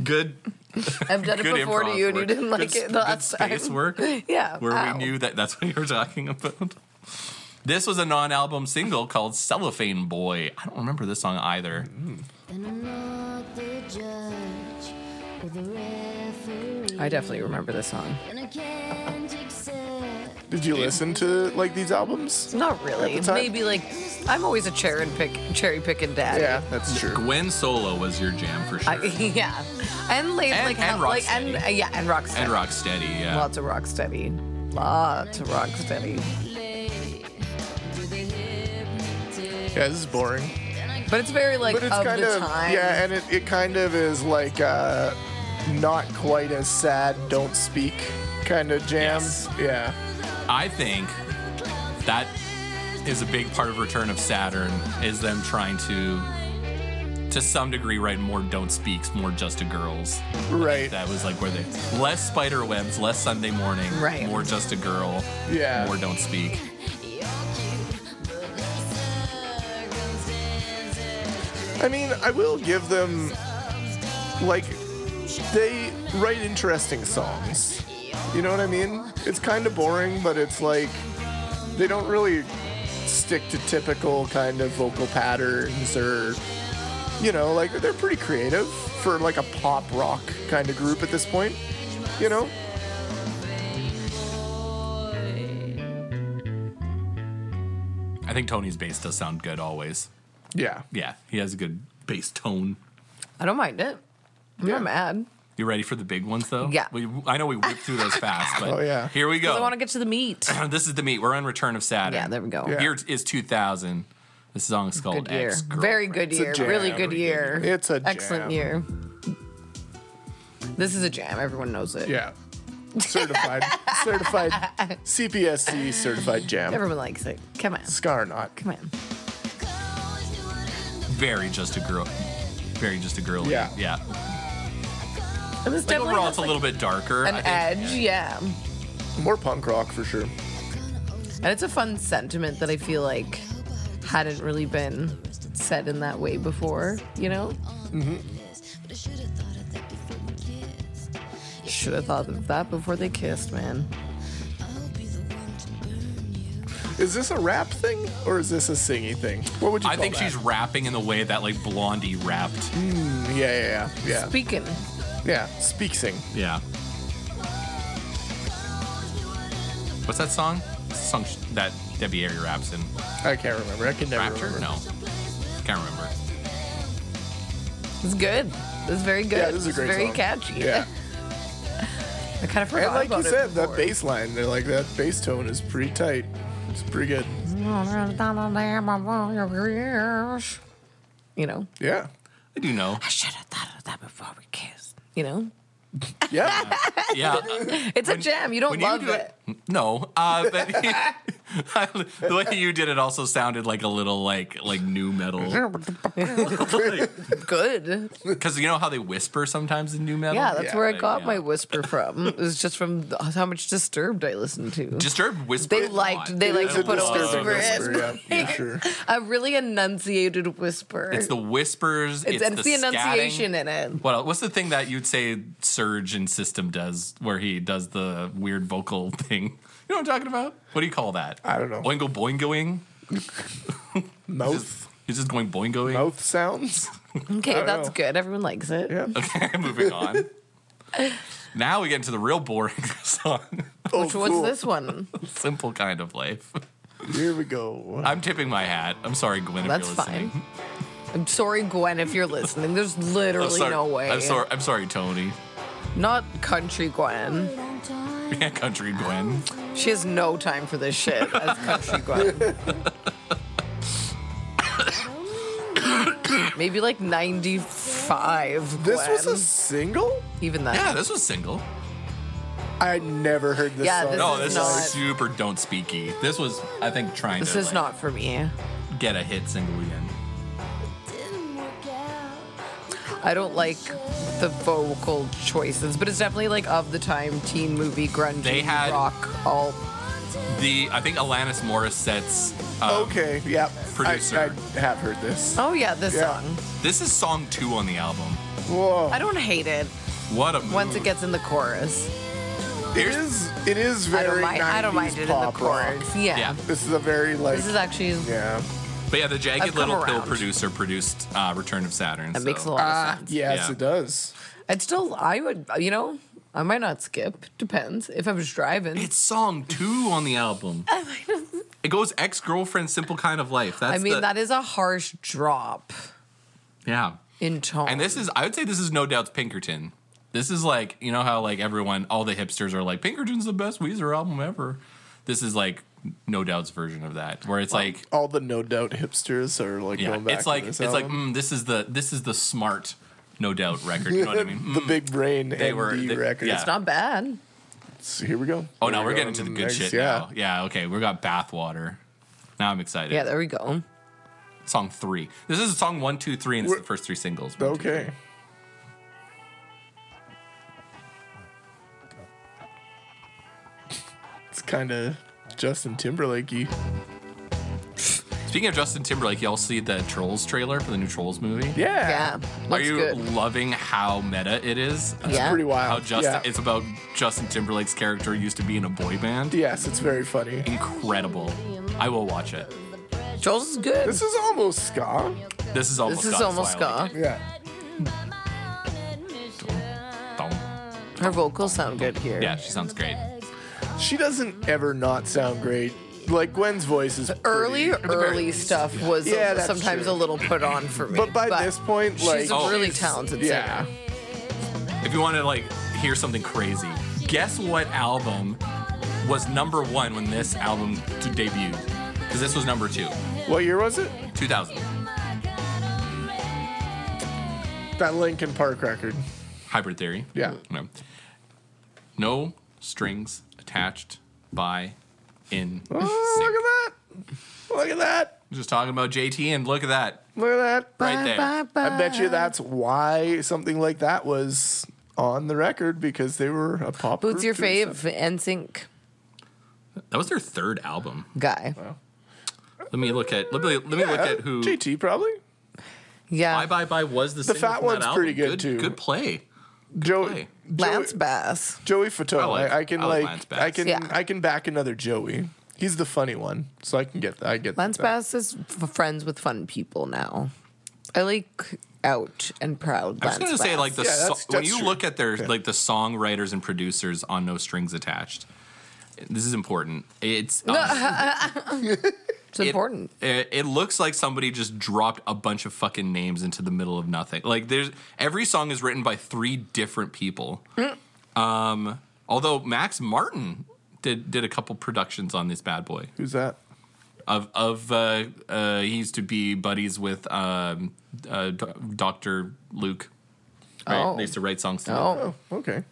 Speaker 1: Good,
Speaker 3: I've done it
Speaker 1: good
Speaker 3: before to
Speaker 1: improv
Speaker 3: you and you
Speaker 1: work.
Speaker 3: didn't
Speaker 1: Good
Speaker 3: like
Speaker 1: s-
Speaker 3: it the
Speaker 1: good
Speaker 3: last
Speaker 1: space
Speaker 3: time.
Speaker 1: work.
Speaker 3: Yeah.
Speaker 1: where
Speaker 3: ow.
Speaker 1: we knew that that's what you were talking about. This was a non-album single called Cellophane Boy. I don't remember this song either.
Speaker 6: And I'm not the judge or the referee.
Speaker 3: I definitely remember this song.
Speaker 6: And I can't accept
Speaker 4: Did you listen to like these albums?
Speaker 3: Not really.
Speaker 4: At the time?
Speaker 3: Maybe like I'm always a cherry and pick cherry picking dad.
Speaker 4: Yeah, that's true.
Speaker 1: Gwen Solo was your jam for sure.
Speaker 3: I, yeah. And late
Speaker 1: And-
Speaker 3: like
Speaker 1: and
Speaker 3: how- like and
Speaker 1: Rocksteady.
Speaker 3: uh, yeah, and rock
Speaker 1: and Rocksteady, yeah.
Speaker 3: Lots of rock steady. Lots of rock steady.
Speaker 6: late to the hypnotist.
Speaker 4: Yeah, this is boring.
Speaker 3: But it's very like
Speaker 4: But it's
Speaker 3: of
Speaker 4: kind
Speaker 3: the
Speaker 4: of
Speaker 3: time.
Speaker 4: yeah, and it, it kind of is like uh not quite as sad, don't speak kind of jam.
Speaker 1: Yes.
Speaker 4: Yeah.
Speaker 1: I think that is a big part of Return of Saturn is them trying to to some degree write more don't speaks, more just to girls.
Speaker 4: Right.
Speaker 1: That was like where they less spider webs, less Sunday morning,
Speaker 3: Right.
Speaker 1: more just a girl,
Speaker 4: Yeah.
Speaker 1: more don't speak.
Speaker 6: You're cute, but the circumstances
Speaker 4: I mean, I will give them like they write interesting songs. You know what I mean? It's kind of boring, but it's like they don't really stick to typical kind of vocal patterns or you know, like they're pretty creative for like a pop rock kind of group at this point. You know?
Speaker 1: I think Tony's bass does sound good always.
Speaker 4: Yeah.
Speaker 1: Yeah, he has a good bass tone.
Speaker 3: I don't mind it. I'm
Speaker 4: Yeah.
Speaker 3: not mad.
Speaker 1: You ready for the big ones though?
Speaker 3: Yeah.
Speaker 1: We, I know we whipped through those fast, but
Speaker 4: Oh, yeah.
Speaker 1: here we go.
Speaker 3: I want to get to the meat.
Speaker 1: Oh, this is the meat. We're on Return of Saturn.
Speaker 3: yeah, there we go.
Speaker 4: Yeah.
Speaker 1: Year is 2000. This song's called
Speaker 3: Good year.
Speaker 1: X Girl.
Speaker 3: Very good
Speaker 4: a
Speaker 3: year.
Speaker 4: jam.
Speaker 3: Really good year.
Speaker 4: It's a
Speaker 3: excellent
Speaker 4: jam.
Speaker 3: year. This is a jam. Everyone knows it.
Speaker 4: Yeah. Certified certified CPSC certified jam.
Speaker 3: Everyone likes it. Come on.
Speaker 4: Scar not.
Speaker 3: Come on.
Speaker 6: goes to it in the
Speaker 1: Very just a girl. Very just a girl.
Speaker 4: Yeah.
Speaker 1: Yeah.
Speaker 3: It was
Speaker 1: Like
Speaker 3: definitely
Speaker 1: overall,
Speaker 3: has,
Speaker 1: it's a
Speaker 3: like,
Speaker 1: little bit darker.
Speaker 3: an
Speaker 1: I think.
Speaker 3: edge, yeah.
Speaker 4: More punk rock for sure.
Speaker 3: And it's a fun sentiment that I feel like hadn't really been said in that way before, you know?
Speaker 6: list, but I should have thought of that before we kissed.
Speaker 3: Should have thought of that before they kissed, man.
Speaker 6: I'll be the one to burn you.
Speaker 4: Is this a rap thing or is this a singy thing? What would you?
Speaker 1: I
Speaker 4: call
Speaker 1: think
Speaker 4: that?
Speaker 1: she's rapping in the way that like Blondie rapped.
Speaker 3: Mm.
Speaker 4: Yeah, yeah, yeah, yeah.
Speaker 3: Speaking.
Speaker 4: yeah. Speak sing.
Speaker 1: Yeah. What's that song? Song sh- that Debbie Harry raps in.
Speaker 4: I can't remember. I can never
Speaker 1: Rapture?
Speaker 4: remember.
Speaker 1: No. Can't remember.
Speaker 3: It's good. It's very good.
Speaker 4: Yeah, this is a great
Speaker 3: It's very
Speaker 4: song.
Speaker 3: catchy.
Speaker 4: Yeah,
Speaker 3: I kind of forgot
Speaker 4: and like
Speaker 3: about
Speaker 4: you
Speaker 3: it
Speaker 4: said, that
Speaker 3: before.
Speaker 4: bass line, they're like that bass tone is pretty tight. It's pretty good.
Speaker 3: You know,
Speaker 4: Yeah,
Speaker 1: I do know.
Speaker 3: I should have thought of that before we kissed. You know,
Speaker 4: yeah.
Speaker 1: Yeah.
Speaker 3: it's a jam. You don't
Speaker 1: When
Speaker 3: love
Speaker 1: you do
Speaker 3: it.
Speaker 1: No, uh, but the way you did it also sounded like a little like like new metal
Speaker 3: Good.
Speaker 1: because you know how they whisper sometimes in new metal.
Speaker 3: Yeah, that's
Speaker 4: Yeah,
Speaker 3: where I
Speaker 1: like,
Speaker 3: got
Speaker 1: yeah.
Speaker 3: my whisper from. It was just from the- how much Disturbed I listened to.
Speaker 1: Disturbed whisper.
Speaker 3: they
Speaker 1: a
Speaker 3: liked.
Speaker 1: lot.
Speaker 3: They
Speaker 4: It's
Speaker 3: liked to
Speaker 4: a
Speaker 3: put a
Speaker 4: disturbing
Speaker 3: whisper
Speaker 4: whisper,
Speaker 3: in.
Speaker 4: Yeah, for sure.
Speaker 3: A really enunciated whisper.
Speaker 1: It's the whispers. It's,
Speaker 3: It's, and it's the,
Speaker 1: scatting.
Speaker 3: enunciation in it.
Speaker 1: What else? What's the thing that you'd say Surge in System does, where he does the weird vocal thing? You know what I'm talking about? What do you call that?
Speaker 4: I don't know.
Speaker 1: Oingo boingoing.
Speaker 4: Mouth,
Speaker 1: He's just going boingoing.
Speaker 4: mouth sounds.
Speaker 3: Okay,
Speaker 4: don't
Speaker 3: that's
Speaker 4: know.
Speaker 3: good. Everyone likes it.
Speaker 4: Yeah.
Speaker 1: Okay, moving on. now we get into the real boring song.
Speaker 4: Oh,
Speaker 3: Which was this one?
Speaker 1: Simple kind of life.
Speaker 4: Here we go.
Speaker 1: I'm tipping my hat. I'm sorry, Gwen.
Speaker 3: That's
Speaker 1: if you're listening.
Speaker 3: fine. I'm sorry, Gwen, if you're listening. There's
Speaker 1: I'm
Speaker 3: literally
Speaker 1: sorry.
Speaker 3: no way.
Speaker 1: I'm sorry. I'm sorry, Tony.
Speaker 3: Not country Gwen.
Speaker 6: Long time.
Speaker 1: Yeah, country Gwen.
Speaker 3: She has no time for this shit as country Gwen. Maybe like 95.
Speaker 4: This was
Speaker 3: Gwen.
Speaker 4: a single?
Speaker 3: even that.
Speaker 1: Yeah, this was single.
Speaker 4: I never heard this
Speaker 3: Yeah,
Speaker 4: song.
Speaker 1: No,
Speaker 3: This
Speaker 1: this
Speaker 3: is
Speaker 1: is
Speaker 3: not-
Speaker 1: super don't speaky. This was, I think, trying
Speaker 3: this
Speaker 1: to
Speaker 3: is
Speaker 1: like,
Speaker 3: not for me.
Speaker 1: get a hit single again.
Speaker 6: Didn't work out.
Speaker 3: I don't like the vocal choices, but it's definitely like of the time teen movie grunge
Speaker 1: They had-
Speaker 3: rock all.
Speaker 1: The I think Alanis Morissette's. Um,
Speaker 4: okay, yeah.
Speaker 1: Producer.
Speaker 4: I, I have heard this.
Speaker 3: Oh yeah, this
Speaker 4: Yeah.
Speaker 3: song.
Speaker 1: This is song two on the album.
Speaker 4: Whoa.
Speaker 3: I don't hate it
Speaker 1: What a move.
Speaker 3: once it gets in the chorus.
Speaker 4: It is, it is
Speaker 3: I
Speaker 4: very
Speaker 3: don't mind. I don't
Speaker 4: 90s
Speaker 3: mind it in the
Speaker 4: pop
Speaker 3: chorus.
Speaker 4: rock.
Speaker 3: Yeah.
Speaker 1: Yeah.
Speaker 4: This is a very, like,
Speaker 3: This is actually
Speaker 4: yeah.
Speaker 1: But yeah, the
Speaker 3: I've
Speaker 1: Jagged
Speaker 3: come
Speaker 1: Little Pill
Speaker 3: around.
Speaker 1: producer produced uh, Return of Saturn.
Speaker 3: that
Speaker 1: so-
Speaker 3: makes a lot of
Speaker 1: Uh,
Speaker 4: Ah,
Speaker 3: sense.
Speaker 4: yes,
Speaker 1: Yeah.
Speaker 4: it does.
Speaker 3: I'd still, I would, you know, I might not skip. Depends if I was driving.
Speaker 1: It's song two on the album. it goes ex girlfriend, simple kind of life. That's
Speaker 3: I mean,
Speaker 1: the,
Speaker 3: that is a harsh drop
Speaker 1: yeah.
Speaker 3: in tone.
Speaker 1: And this is, I would say, this is no doubt Pinkerton. This is like, you know how like everyone, all the hipsters are like, Pinkerton's the best Weezer album ever. This is like no doubt's version of that, where it's like,
Speaker 4: All the no doubt hipsters are like
Speaker 1: yeah,
Speaker 4: going back.
Speaker 1: it's like,
Speaker 4: to
Speaker 1: it's
Speaker 4: this
Speaker 1: like,
Speaker 4: album.
Speaker 1: mm, this is the this is the smart no doubt record. You know what I mean? Mm.
Speaker 4: the big brain they
Speaker 1: were-
Speaker 4: the
Speaker 1: they-
Speaker 4: records.
Speaker 1: yeah.
Speaker 3: It's not bad.
Speaker 4: So here we go.
Speaker 1: Oh no,
Speaker 4: Here
Speaker 1: we're
Speaker 4: we go.
Speaker 1: getting to the good
Speaker 4: Next,
Speaker 1: shit
Speaker 4: yeah.
Speaker 1: now. Yeah, okay, we got bathwater. Now I'm excited.
Speaker 3: Yeah, there we go.
Speaker 1: song three. This is song one, two, three, and it's
Speaker 4: We're-
Speaker 1: the first three singles. One, two,
Speaker 4: Okay. It's kind of Justin Timberlakey.
Speaker 1: three. Speaking of Justin Timberlake, y'all see the Trolls trailer for the new Trolls movie?
Speaker 4: Yeah.
Speaker 3: Yeah,
Speaker 1: Are
Speaker 3: looks
Speaker 1: you
Speaker 3: good.
Speaker 1: loving how meta it is?
Speaker 3: yeah,
Speaker 4: Pretty wild.
Speaker 1: How Justin?
Speaker 4: Yeah.
Speaker 1: It's about Justin Timberlake's character used to be in a boy band.
Speaker 4: yes, it's very funny.
Speaker 1: Incredible. I will watch it.
Speaker 3: Joel's is good.
Speaker 4: This is almost ska.
Speaker 1: This is almost.
Speaker 3: This is
Speaker 1: Scott, that's
Speaker 3: almost
Speaker 1: why I like
Speaker 3: ska.
Speaker 4: Yeah.
Speaker 1: it. Don't-
Speaker 3: Her vocals sound good here.
Speaker 1: Yeah, she sounds great.
Speaker 4: She doesn't ever not sound great. Like Gwen's voice is
Speaker 3: Early,
Speaker 4: pretty-
Speaker 3: early stuff was a-
Speaker 4: Yeah, that's
Speaker 3: sometimes
Speaker 4: true.
Speaker 3: a little put on for me.
Speaker 4: But by this point, like
Speaker 3: she's a
Speaker 1: Oh.
Speaker 3: really
Speaker 1: she's-
Speaker 3: talented singer.
Speaker 4: yeah,
Speaker 1: If you want to like hear something crazy, guess what album was number one when this album t- debuted? Because this was number two,
Speaker 4: what year was it?
Speaker 1: 2000.
Speaker 4: That Linkin Park record.
Speaker 1: Hybrid Theory.
Speaker 4: Yeah.
Speaker 1: No. No strings attached by in.
Speaker 4: Oh,
Speaker 1: sync.
Speaker 4: look at that! Look at that!
Speaker 1: Just talking about JT and look at that.
Speaker 4: Look at that!
Speaker 1: Right there.
Speaker 4: I bet you that's why something like that was on the record because they were a pop.
Speaker 3: Boots
Speaker 4: group
Speaker 3: your
Speaker 4: doing
Speaker 3: fave NSYNC
Speaker 1: That was their third album.
Speaker 3: guy.
Speaker 1: Let me look at let me let me
Speaker 4: stuff.
Speaker 1: look
Speaker 4: Yeah,
Speaker 1: at who
Speaker 4: JT probably.
Speaker 3: Yeah,
Speaker 1: Bye Bye Bye was the, single
Speaker 4: fat
Speaker 1: from that
Speaker 4: one's pretty
Speaker 1: album.
Speaker 4: good, too.
Speaker 1: Good play.
Speaker 4: Joey,
Speaker 1: play.
Speaker 3: Lance
Speaker 4: Joey,
Speaker 3: Bass.
Speaker 4: Joey Fatone.
Speaker 1: I
Speaker 4: I,
Speaker 1: like-
Speaker 4: I, can
Speaker 1: I like
Speaker 4: like,
Speaker 1: Lance Bass.
Speaker 4: I can
Speaker 3: Yeah.
Speaker 4: I can back another Joey. He's the funny one, so I can get I get
Speaker 3: Lance
Speaker 4: that.
Speaker 3: Bass is f- friends with fun people now. I like out and proud.
Speaker 1: I was gonna
Speaker 3: Lance
Speaker 1: say
Speaker 3: Bass.
Speaker 1: like the
Speaker 4: Yeah,
Speaker 1: so-
Speaker 4: that's-
Speaker 1: when
Speaker 4: that's
Speaker 1: you
Speaker 4: true.
Speaker 1: look at their like the songwriters and producers on No Strings Attached. This is important. It's um,
Speaker 3: it's important.
Speaker 1: it, it looks like somebody just dropped a bunch of fucking names into the middle of nothing. Like there's every song is written by three different people. Um, although Max Martin did did a couple productions on this bad boy
Speaker 4: Who's that?
Speaker 1: of of uh, uh, he used to be buddies with um, uh, Doctor Luke. Right?
Speaker 3: Oh.
Speaker 1: They used to write songs together.
Speaker 3: Oh,
Speaker 4: Okay.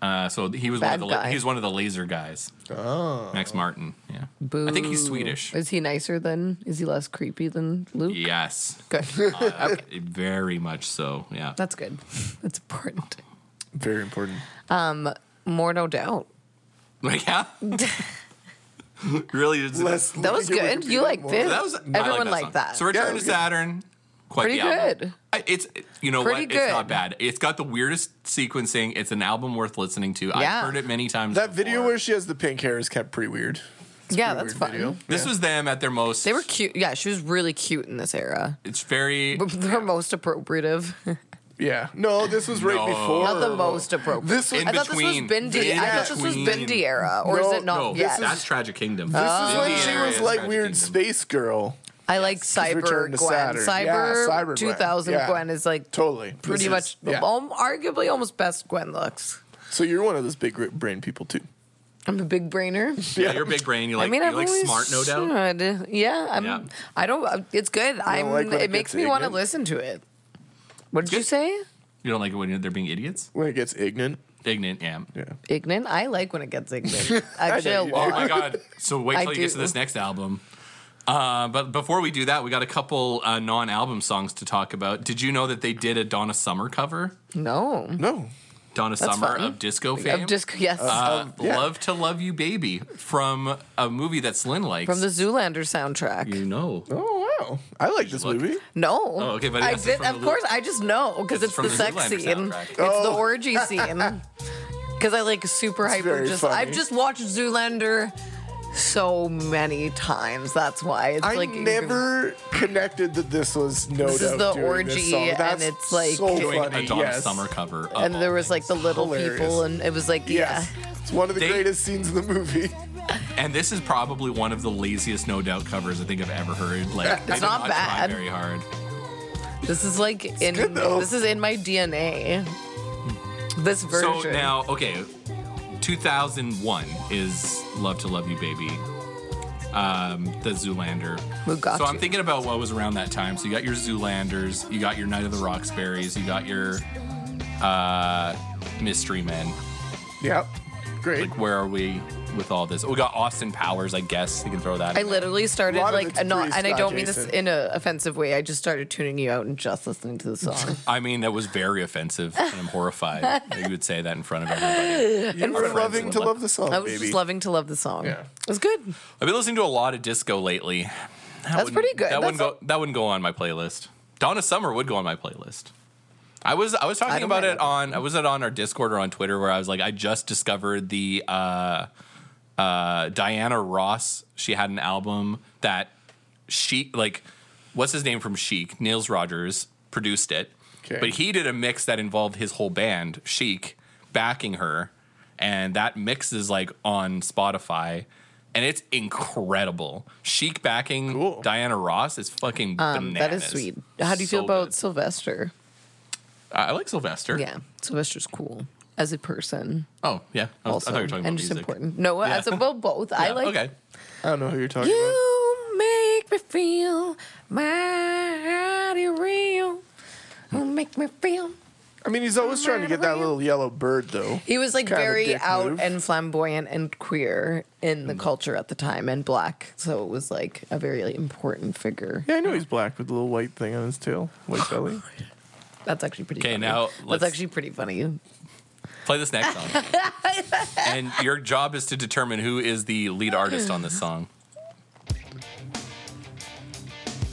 Speaker 1: Uh, so he was
Speaker 3: Bad
Speaker 1: one of the la-
Speaker 3: guy.
Speaker 1: he was one of the laser guys. Oh, Max Martin. Yeah,
Speaker 3: boo.
Speaker 4: Oh.
Speaker 1: I think he's Swedish.
Speaker 3: Is he nicer than? Is he less creepy than Luke?
Speaker 1: Yes,
Speaker 3: Good.
Speaker 1: Uh, very much so. Yeah.
Speaker 3: That's good. That's important.
Speaker 4: Very important.
Speaker 3: More no doubt.
Speaker 1: Like, yeah. really? Is
Speaker 4: Less-
Speaker 3: That was
Speaker 4: you can
Speaker 3: good.
Speaker 4: repeat
Speaker 3: You
Speaker 4: it
Speaker 3: like
Speaker 4: more.
Speaker 3: this?
Speaker 1: that was I
Speaker 3: Everyone liked
Speaker 1: song.
Speaker 3: that.
Speaker 1: So Return
Speaker 4: Yeah, it
Speaker 1: to
Speaker 4: was good.
Speaker 1: Saturn, quite
Speaker 3: Pretty
Speaker 1: the album.
Speaker 3: good.
Speaker 1: I, it's you know
Speaker 3: Pretty
Speaker 1: what? It's not
Speaker 3: good.
Speaker 1: bad. It's got the weirdest sequencing. It's an album worth listening to.
Speaker 3: Yeah.
Speaker 1: I've heard it many times.
Speaker 4: That video
Speaker 1: before.
Speaker 4: where she has the pink hair is kept pretty weird.
Speaker 3: yeah,
Speaker 4: Pretty
Speaker 3: that's
Speaker 4: weird
Speaker 3: fun.
Speaker 4: video.
Speaker 1: this
Speaker 4: Yeah.
Speaker 1: was them at their most.
Speaker 3: They were cute. Yeah, she was really cute in this era.
Speaker 1: It's very.
Speaker 3: Her most appropriative.
Speaker 4: Yeah. No, this was right
Speaker 1: No.
Speaker 4: before.
Speaker 3: Not the most appropriate.
Speaker 4: This was
Speaker 1: In
Speaker 3: I thought this was
Speaker 1: between.
Speaker 3: Bindi.
Speaker 1: In
Speaker 3: I thought this was
Speaker 1: between.
Speaker 3: Bindi era, or
Speaker 4: No,
Speaker 3: is it not
Speaker 1: No,
Speaker 3: yet?
Speaker 1: oh, that's Tragic Kingdom.
Speaker 4: this
Speaker 3: Oh.
Speaker 4: is when she
Speaker 1: Indiana
Speaker 4: was
Speaker 1: is
Speaker 4: like
Speaker 1: Magic
Speaker 4: weird
Speaker 1: Kingdom.
Speaker 4: space girl.
Speaker 3: I like
Speaker 4: Return
Speaker 3: Cyber
Speaker 4: to
Speaker 3: Gwen.
Speaker 4: Saturn.
Speaker 3: Cyber,
Speaker 4: Yeah, Cyber Gwen.
Speaker 3: 2000
Speaker 4: Yeah.
Speaker 3: Gwen is like
Speaker 4: Totally.
Speaker 3: pretty
Speaker 4: This
Speaker 3: much,
Speaker 4: is- yeah.
Speaker 3: um, arguably almost best Gwen looks.
Speaker 4: So you're one of those big brain people too.
Speaker 3: I'm a big brainer.
Speaker 1: Yeah, you're big brain. You like,
Speaker 3: I mean,
Speaker 1: you
Speaker 3: I'm
Speaker 1: like
Speaker 3: always
Speaker 1: smart, no doubt.
Speaker 3: should. Yeah, I'm.
Speaker 1: Yeah.
Speaker 3: I don't. uh, It's good. I'm.
Speaker 4: like when
Speaker 3: it,
Speaker 4: it
Speaker 3: makes
Speaker 4: gets
Speaker 3: me want to
Speaker 4: ignorant?
Speaker 3: listen to it. What did you
Speaker 1: Good.
Speaker 3: say?
Speaker 1: You don't like it when they're being idiots?
Speaker 4: when it gets ignorant.
Speaker 1: Ignorant, yeah.
Speaker 3: Ignorant. I like when it gets ignorant. Actually, a
Speaker 4: you do.
Speaker 1: Oh
Speaker 3: lot.
Speaker 1: my god! So wait
Speaker 3: I
Speaker 1: till you get
Speaker 3: do.
Speaker 1: to this next album. Uh, but before we do that, we got a couple uh, non-album songs to talk about. Did you know that they did a Donna Summer cover?
Speaker 3: No.
Speaker 4: No.
Speaker 1: Donna Summer
Speaker 3: fun.
Speaker 1: of disco fame.
Speaker 3: Of just yes.
Speaker 1: uh,
Speaker 4: yeah.
Speaker 1: Love to Love You Baby from a movie that Lynn likes.
Speaker 3: from the Zoolander soundtrack.
Speaker 1: you know.
Speaker 4: Oh wow. I like this
Speaker 1: look.
Speaker 4: movie.
Speaker 3: No.
Speaker 1: Oh, okay, but
Speaker 3: I
Speaker 1: yes, it's
Speaker 3: did.
Speaker 1: from
Speaker 3: Of
Speaker 1: the-
Speaker 3: course, I just know because
Speaker 1: It's
Speaker 3: it's,
Speaker 1: from
Speaker 3: the
Speaker 1: the
Speaker 3: sex
Speaker 1: Zoolander
Speaker 3: scene.
Speaker 1: soundtrack.
Speaker 3: It's the
Speaker 4: Oh.
Speaker 3: orgy scene. Because I like super hyper.
Speaker 4: very
Speaker 3: Just
Speaker 4: funny.
Speaker 3: I've just watched Zoolander so many times. That's why it's
Speaker 4: I
Speaker 3: like
Speaker 4: never connected that this was no
Speaker 3: This is
Speaker 4: doubt
Speaker 3: the
Speaker 4: doing
Speaker 3: orgy,
Speaker 4: this song.
Speaker 3: and
Speaker 4: That's
Speaker 3: it's like-
Speaker 4: so
Speaker 1: Doing
Speaker 4: funny.
Speaker 1: a Donna
Speaker 4: yes.
Speaker 1: Summer cover. of
Speaker 3: And
Speaker 1: all
Speaker 3: there was like the little
Speaker 4: Oh, Hilarious.
Speaker 3: people, and it was like
Speaker 4: Yes.
Speaker 3: yeah.
Speaker 4: It's one of the
Speaker 1: They-
Speaker 4: greatest scenes in the movie.
Speaker 1: And this is probably one of the laziest No Doubt covers I think I've ever heard. Like, they did
Speaker 3: not
Speaker 1: try
Speaker 3: bad.
Speaker 1: very hard.
Speaker 3: This is like in
Speaker 4: good, though.
Speaker 3: this is in my DNA. This version.
Speaker 1: So now, okay, 2001 is "Love to Love You, Baby," um, the Zoolander.
Speaker 3: Mugatu.
Speaker 1: So I'm thinking about what was around that time. So you got your Zoolanders, you got your Night of the Roxberries, you got your uh, Mystery Men.
Speaker 4: yep. Great.
Speaker 1: Like, where are we with all this? We got Austin Powers, I guess. You can throw that.
Speaker 3: I
Speaker 1: in.
Speaker 3: literally started
Speaker 4: lot of
Speaker 3: like
Speaker 4: it's
Speaker 3: and not,
Speaker 4: pretty
Speaker 3: and I
Speaker 4: Scott
Speaker 3: don't mean this
Speaker 4: adjacent.
Speaker 3: in an offensive way. I just started tuning you out and just listening to the song.
Speaker 1: I mean, that was very offensive, and I'm horrified that you would say that in front of everybody.
Speaker 4: you were
Speaker 1: friends
Speaker 4: loving
Speaker 1: would
Speaker 4: to
Speaker 1: love-
Speaker 4: love the song,
Speaker 3: I was
Speaker 4: baby.
Speaker 3: just loving to love the song.
Speaker 4: Yeah.
Speaker 3: It was good.
Speaker 1: I've been listening to a lot of disco lately. That wouldn't-
Speaker 3: pretty good.
Speaker 1: That wouldn't
Speaker 3: That's-
Speaker 1: go. That wouldn't go on my playlist. Donna Summer would go on my playlist. I was I was talking
Speaker 3: don't
Speaker 1: about
Speaker 3: mind
Speaker 1: it
Speaker 3: that.
Speaker 1: on I was it on our Discord or on Twitter where I was like I just discovered the uh, uh, Diana Ross she had an album that she like what's his name from Chic Nils Rogers produced it
Speaker 4: Okay.
Speaker 1: but he did a mix that involved his whole band Chic backing her and that mix is like on Spotify and it's incredible Chic backing
Speaker 4: Cool.
Speaker 1: Diana Ross is fucking
Speaker 3: Um, that
Speaker 1: bananas.
Speaker 3: is sweet. How do you
Speaker 1: So
Speaker 3: feel about
Speaker 1: good.
Speaker 3: Sylvester?
Speaker 1: I I like Sylvester
Speaker 3: Yeah, Sylvester's cool as a person,
Speaker 1: Oh yeah, I, was,
Speaker 3: also,
Speaker 1: I thought you were talking
Speaker 3: and
Speaker 1: about
Speaker 3: just
Speaker 1: music.
Speaker 3: important. No,
Speaker 1: Yeah.
Speaker 3: as a, well, both. I
Speaker 1: Yeah,
Speaker 3: like
Speaker 1: okay.
Speaker 4: I don't know who you're talking about.
Speaker 3: you make me feel mighty real. You make me feel.
Speaker 4: I mean, he's always trying to get that little yellow bird, though.
Speaker 3: He was like
Speaker 4: Kind of a
Speaker 3: very
Speaker 4: dick
Speaker 3: out
Speaker 4: move.
Speaker 3: and flamboyant and queer in the culture at the time and black, so it was like a very important figure.
Speaker 4: Yeah, I know he's black with a little white thing on his tail, white belly.
Speaker 3: That's actually pretty.
Speaker 1: 'Kay,
Speaker 3: funny.
Speaker 1: now
Speaker 3: that's
Speaker 1: let's-
Speaker 3: actually pretty funny.
Speaker 1: Play this next song. and your job is to determine who is the lead artist on this song.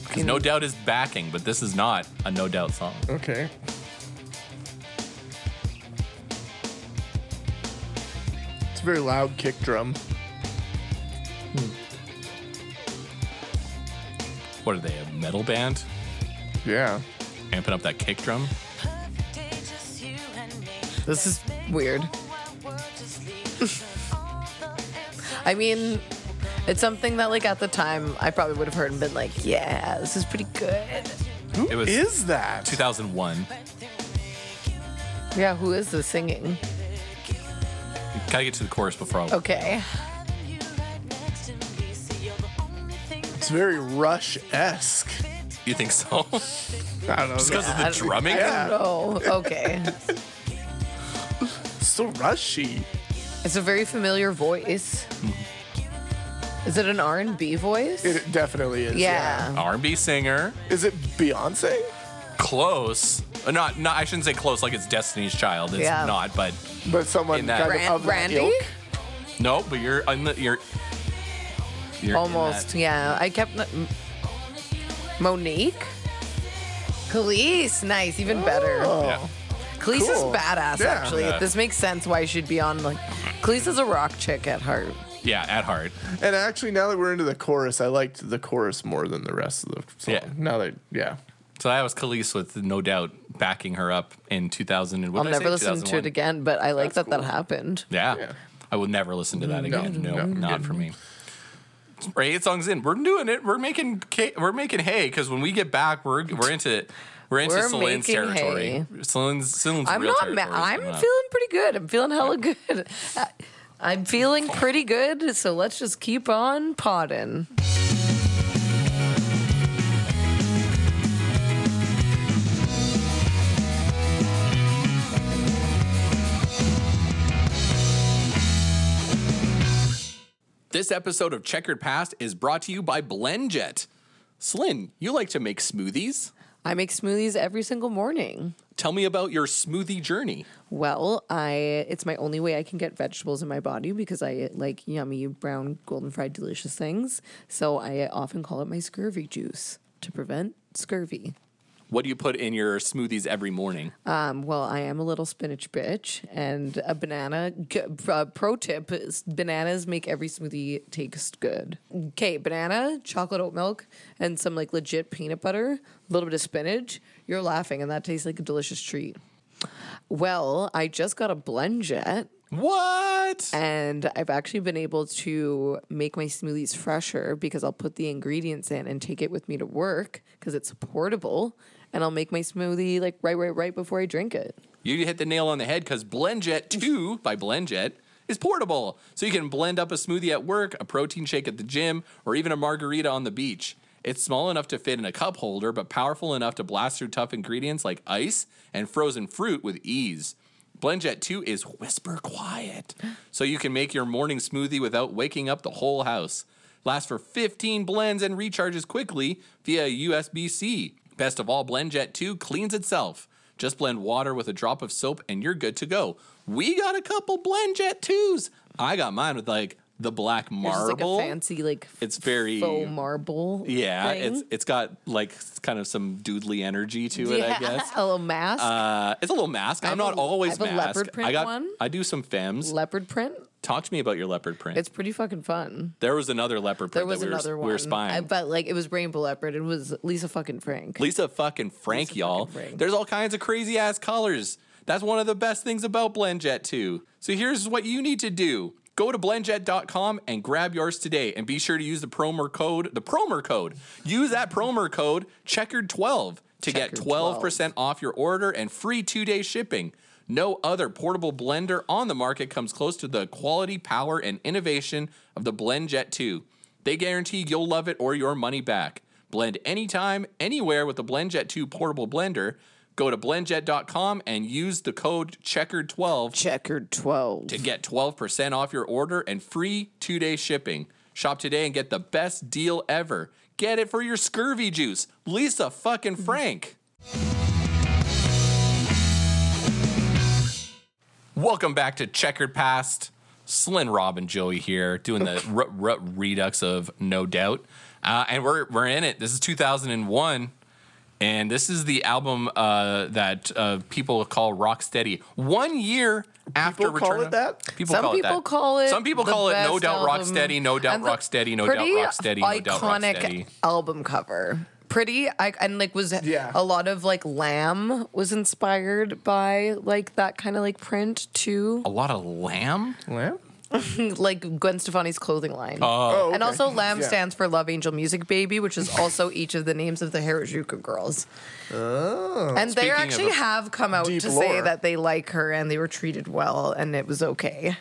Speaker 1: 'Cause No Doubt is backing, but this is not a No Doubt song.
Speaker 4: Okay. It's a very loud kick drum.
Speaker 1: What are they, a metal band?
Speaker 4: Yeah.
Speaker 1: Amping up that kick drum?
Speaker 3: This is weird. I mean, it's something that like at the time I probably would have heard and been like, yeah, this is pretty good.
Speaker 4: Who
Speaker 1: It was
Speaker 4: is that?
Speaker 1: 2001.
Speaker 3: Yeah, who is this singing?
Speaker 1: Gotta get to the chorus before I.
Speaker 3: Okay.
Speaker 4: It's very Rush esque.
Speaker 1: You think so?
Speaker 4: I don't know.
Speaker 1: Because
Speaker 4: It's
Speaker 1: of the drumming?
Speaker 4: Yeah.
Speaker 3: Oh, okay.
Speaker 4: so rushy.
Speaker 3: It's a very familiar voice. Is it an R and B voice?
Speaker 4: It definitely is.
Speaker 3: yeah.
Speaker 1: R&B singer.
Speaker 4: Is it Beyonce?
Speaker 1: Close. Uh, Not, not, I shouldn't say close like it's Destiny's Child. It's
Speaker 3: Yeah.
Speaker 1: not, but
Speaker 4: But someone
Speaker 1: In that-
Speaker 4: kind
Speaker 3: Ran-
Speaker 4: of of that
Speaker 3: Randy?
Speaker 4: ilk.
Speaker 1: no, but you're, on the, you're, you're in
Speaker 3: Almost.
Speaker 1: that.
Speaker 3: Yeah. I kept n- Monique. Khalees, nice, even better.
Speaker 4: Oh.
Speaker 1: Yeah.
Speaker 3: Khalees
Speaker 4: Cool.
Speaker 3: is badass,
Speaker 4: Yeah.
Speaker 3: actually.
Speaker 1: Yeah.
Speaker 3: This makes sense why she'd be on, like, Khalees is a rock chick at heart.
Speaker 1: Yeah, at heart.
Speaker 4: And actually, now that we're into the chorus, I liked the chorus more than the rest of the song.
Speaker 1: Yeah.
Speaker 4: Now that, yeah.
Speaker 1: So that was Khalees with no doubt backing her up in 2000. And what
Speaker 3: I'll
Speaker 1: did I
Speaker 3: never
Speaker 1: say,
Speaker 3: listen to it
Speaker 1: 2001?
Speaker 3: again, but I like
Speaker 4: That's
Speaker 3: that that
Speaker 4: cool.
Speaker 3: happened.
Speaker 1: Yeah.
Speaker 4: Yeah.
Speaker 1: I will never listen to
Speaker 3: Mm,
Speaker 1: that
Speaker 4: No,
Speaker 1: again. No,
Speaker 4: no,
Speaker 1: not
Speaker 4: good.
Speaker 1: for me. We're eight songs in. We're doing it. We're making ca- we're making hay because when we get back, we're we're into we're into
Speaker 3: We're
Speaker 1: Celine's
Speaker 3: making
Speaker 1: territory.
Speaker 3: hay.
Speaker 1: Celine's, Celine's
Speaker 3: I'm
Speaker 1: real
Speaker 3: not mad.
Speaker 1: territory is
Speaker 3: I'm
Speaker 1: coming up.
Speaker 3: feeling pretty good. I'm feeling hella good. I- I'm feeling pretty good, so let's just keep on podding.
Speaker 1: This episode of Checkered Past is brought to you by BlendJet. Slynn, you like to make smoothies.
Speaker 3: I make smoothies every single morning.
Speaker 1: Tell me about your smoothie journey.
Speaker 3: Well, I it's my only way I can get vegetables in my body because I like yummy brown golden fried delicious things. So I often call it my scurvy juice to prevent scurvy.
Speaker 1: What do you put in your smoothies every morning?
Speaker 3: Um, well, I am a little spinach bitch, and a banana. G- uh, pro tip: is bananas make every smoothie taste good. Okay, banana, chocolate oat milk, and some like legit peanut butter, a little bit of spinach. You're laughing, and that tastes like a delicious treat. Well, I just got a blend jet.
Speaker 1: What?
Speaker 3: And I've actually been able to make my smoothies fresher because I'll put the ingredients in and take it with me to work because it's portable. And I'll make my smoothie like right, right, right before I drink it.
Speaker 1: You hit the nail on the head because BlendJet 2 by BlendJet is portable. So you can blend up a smoothie at work, a protein shake at the gym, or even a margarita on the beach. It's small enough to fit in a cup holder, but powerful enough to blast through tough ingredients like ice and frozen fruit with ease. BlendJet 2 is whisper quiet, so you can make your morning smoothie without waking up the whole house. Lasts for 15 blends and recharges quickly via USB C. Best of all, BlendJet 2 cleans itself. Just blend water with a drop of soap and you're good to go. We got a couple BlendJet 2s. I got mine with like the black
Speaker 3: It's just,
Speaker 1: marble.
Speaker 3: like a fancy like
Speaker 1: It's very-
Speaker 3: faux marble.
Speaker 1: yeah,
Speaker 3: thing.
Speaker 1: it's it's got like kind of some doodly energy to it,
Speaker 3: yeah,
Speaker 1: I guess.
Speaker 3: a little mask,
Speaker 1: Uh, it's a little mask. I'm
Speaker 3: have
Speaker 1: not
Speaker 3: a-
Speaker 1: always
Speaker 3: I have a
Speaker 1: masked.
Speaker 3: leopard print
Speaker 1: I got.
Speaker 3: one.
Speaker 1: I do some fems.
Speaker 3: leopard print.
Speaker 1: Talk to me about your leopard print.
Speaker 3: It's pretty fucking fun.
Speaker 1: there was another leopard print
Speaker 3: There was
Speaker 1: that we
Speaker 3: another
Speaker 1: were,
Speaker 3: one.
Speaker 1: we were
Speaker 3: I-
Speaker 1: spying.
Speaker 3: but like it was rainbow leopard. It was Lisa fucking Frank.
Speaker 1: Lisa fucking Frank,
Speaker 3: Lisa
Speaker 1: y'all.
Speaker 3: fucking Frank.
Speaker 1: There's all kinds of crazy ass colors. That's one of the best things about BlendJet 2. So here's what you need to do. Go to blendjet.com and grab yours today and be sure to use the promo code, the promo code. Use that promo code checkered12 to get
Speaker 3: Checkered
Speaker 1: 12% off your order and free 2-day shipping. No other portable blender on the market comes close to the quality, power and innovation of the BlendJet 2. They guarantee you'll love it or your money back. Blend anytime, anywhere with the BlendJet 2 portable blender. Go to blendjet.com and use the code checkered12
Speaker 3: Checkered twelve.
Speaker 1: to get 12% off your order and free 2-day shipping. Shop today and get the best deal ever. Get it for your scurvy juice. Lisa fucking Frank. Welcome back to Checkered Past. Slynn, Rob, and Joey here doing the r- r- redux of No Doubt. Uh, and we're, we're in it. This is 2001. And this is the album uh, that uh, people call Rocksteady. One year after
Speaker 4: People call
Speaker 1: Return
Speaker 4: it
Speaker 1: of-
Speaker 4: that?
Speaker 1: People
Speaker 3: Some
Speaker 1: call
Speaker 3: people
Speaker 1: it that.
Speaker 3: call it.
Speaker 1: Some people
Speaker 3: the
Speaker 1: call it No
Speaker 3: best
Speaker 1: Doubt
Speaker 3: album.
Speaker 1: Rocksteady, No Doubt
Speaker 3: And the
Speaker 1: Rocksteady, No Doubt
Speaker 3: pretty
Speaker 1: Rocksteady, No Doubt
Speaker 3: iconic
Speaker 1: Rocksteady.
Speaker 3: album cover. Pretty, I, and like was
Speaker 4: Yeah.
Speaker 3: a lot of like Lamb was inspired by like that kind of like print too,
Speaker 1: A lot of lamb?
Speaker 4: Lamp?
Speaker 3: like Gwen Stefani's clothing line.
Speaker 4: Oh, okay.
Speaker 3: And also, Lamb
Speaker 4: Yeah.
Speaker 3: stands for Love Angel Music Baby, which is also each of the names of the Harajuku girls. Oh. And they
Speaker 1: Speaking of
Speaker 3: actually
Speaker 1: a
Speaker 3: have come out
Speaker 4: deep
Speaker 3: to say
Speaker 4: lore.
Speaker 3: that they like her and they were treated well and it was okay.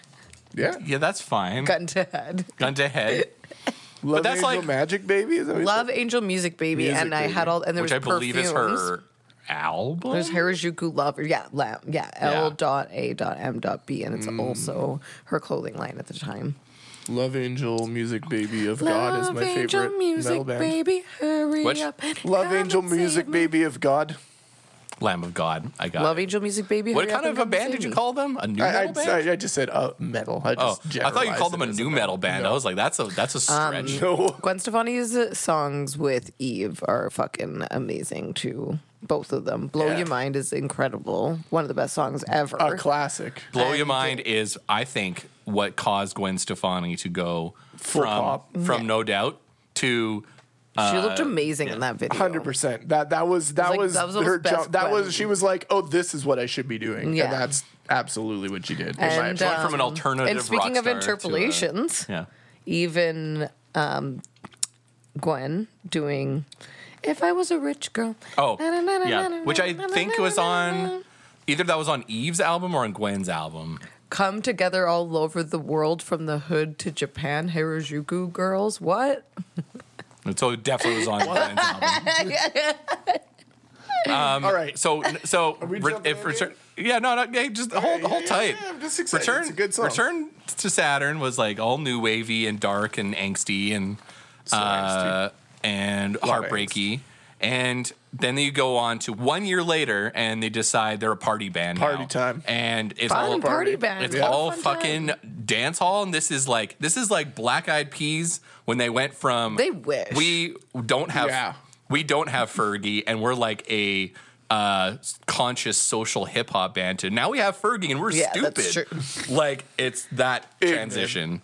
Speaker 4: Yeah.
Speaker 1: Yeah, that's fine.
Speaker 3: Gun to head.
Speaker 1: Gun to head.
Speaker 4: Love
Speaker 1: that's
Speaker 4: Angel
Speaker 1: like-
Speaker 4: Magic Baby? Is that what you
Speaker 3: Love
Speaker 4: said?
Speaker 3: Angel Music Baby,
Speaker 4: Music
Speaker 3: and I
Speaker 4: Baby.
Speaker 3: had all and there
Speaker 1: which
Speaker 3: was
Speaker 1: I believe is
Speaker 3: perfumes.
Speaker 1: her album.
Speaker 3: There's Harajuku Love, yeah, Lam, yeah, L
Speaker 1: Yeah.
Speaker 3: dot A dot M dot B, and it's
Speaker 4: Mm.
Speaker 3: also her clothing line at the time.
Speaker 4: Love Angel Music Baby of God is my favorite metal band.
Speaker 3: Baby, hurry
Speaker 1: Which?
Speaker 3: up! and
Speaker 4: Love
Speaker 3: come
Speaker 4: Angel
Speaker 3: and save
Speaker 4: Music
Speaker 3: me.
Speaker 4: Baby of God.
Speaker 1: Lamb of God. I got
Speaker 3: Love
Speaker 1: it.
Speaker 3: Angel Music Baby.
Speaker 1: What
Speaker 3: hurry up
Speaker 1: kind of
Speaker 3: and
Speaker 1: a
Speaker 3: come and
Speaker 1: band
Speaker 3: save
Speaker 1: did you
Speaker 3: me.
Speaker 1: call them? A new
Speaker 4: I, I,
Speaker 1: metal band?
Speaker 4: I just said uh, metal. I
Speaker 1: oh,
Speaker 4: just
Speaker 1: I thought you called
Speaker 4: generalized
Speaker 1: them a
Speaker 4: it as
Speaker 1: new metal band. I was like, that's a that's a stretch.
Speaker 4: No.
Speaker 3: Gwen Stefani's songs with Eve are fucking amazing too. Both of them. Blow
Speaker 4: Yeah.
Speaker 3: Your Mind is incredible. One of the best songs ever.
Speaker 4: A classic.
Speaker 1: Blow Your
Speaker 3: And-
Speaker 1: Mind is, I think, what caused Gwen Stefani to go
Speaker 4: Full
Speaker 1: from
Speaker 4: pop.
Speaker 1: from No Doubt to
Speaker 3: she looked amazing in that video.
Speaker 4: Uh, Hundred percent. That that was that
Speaker 3: like-
Speaker 4: was,
Speaker 3: that was
Speaker 4: her
Speaker 3: almost best
Speaker 4: jump. That
Speaker 3: when-
Speaker 4: was she was like, oh, this is what I should be doing.
Speaker 3: Yeah.
Speaker 4: And that's absolutely what she did. in my
Speaker 3: And,
Speaker 4: opinion.
Speaker 1: from an alternative.
Speaker 3: And speaking
Speaker 1: rock star
Speaker 3: of
Speaker 1: to a-
Speaker 3: interpolations,
Speaker 1: yeah.
Speaker 3: even um, Gwen doing "If I Was a Rich Girl."
Speaker 1: Oh, yeah.
Speaker 3: Na-na-na-na-na-na,
Speaker 1: Which I think was on either that was on Eve's album or on Gwen's album.
Speaker 3: "Come Together All Over the World from the Hood to Japan." Harajuku girls, what?
Speaker 1: And so it definitely was on Gwen's album. Um,
Speaker 3: uh,
Speaker 4: All right.
Speaker 1: So so
Speaker 4: we
Speaker 1: re-
Speaker 4: jumping
Speaker 1: if
Speaker 4: in
Speaker 1: return, yeah, no, no, hey, just hold
Speaker 4: yeah,
Speaker 1: hold
Speaker 4: yeah,
Speaker 1: tight.
Speaker 4: yeah, I'm just excited.
Speaker 1: Return,
Speaker 4: It's a good song.
Speaker 1: Return to Saturn was like all new wavy and dark and angsty and uh,
Speaker 4: angsty.
Speaker 1: and
Speaker 4: Love
Speaker 1: heartbreaky. And then you go on to one year later, and they decide they're a party band.
Speaker 4: Party
Speaker 1: now.
Speaker 4: time.
Speaker 1: and it's
Speaker 3: Fun
Speaker 1: all
Speaker 3: party band.
Speaker 1: It's
Speaker 3: Have a
Speaker 1: all
Speaker 3: fun
Speaker 1: fucking
Speaker 3: time.
Speaker 1: dance hall, and this is like this is like Black Eyed Peas when they went from
Speaker 3: They wish.
Speaker 1: we don't have
Speaker 4: Yeah.
Speaker 1: we don't have Fergie, and we're like a uh, conscious social hip hop band. To now we have Fergie, and we're
Speaker 3: Yeah,
Speaker 1: stupid.
Speaker 3: that's
Speaker 1: Like it's that
Speaker 4: Ignorant.
Speaker 1: transition.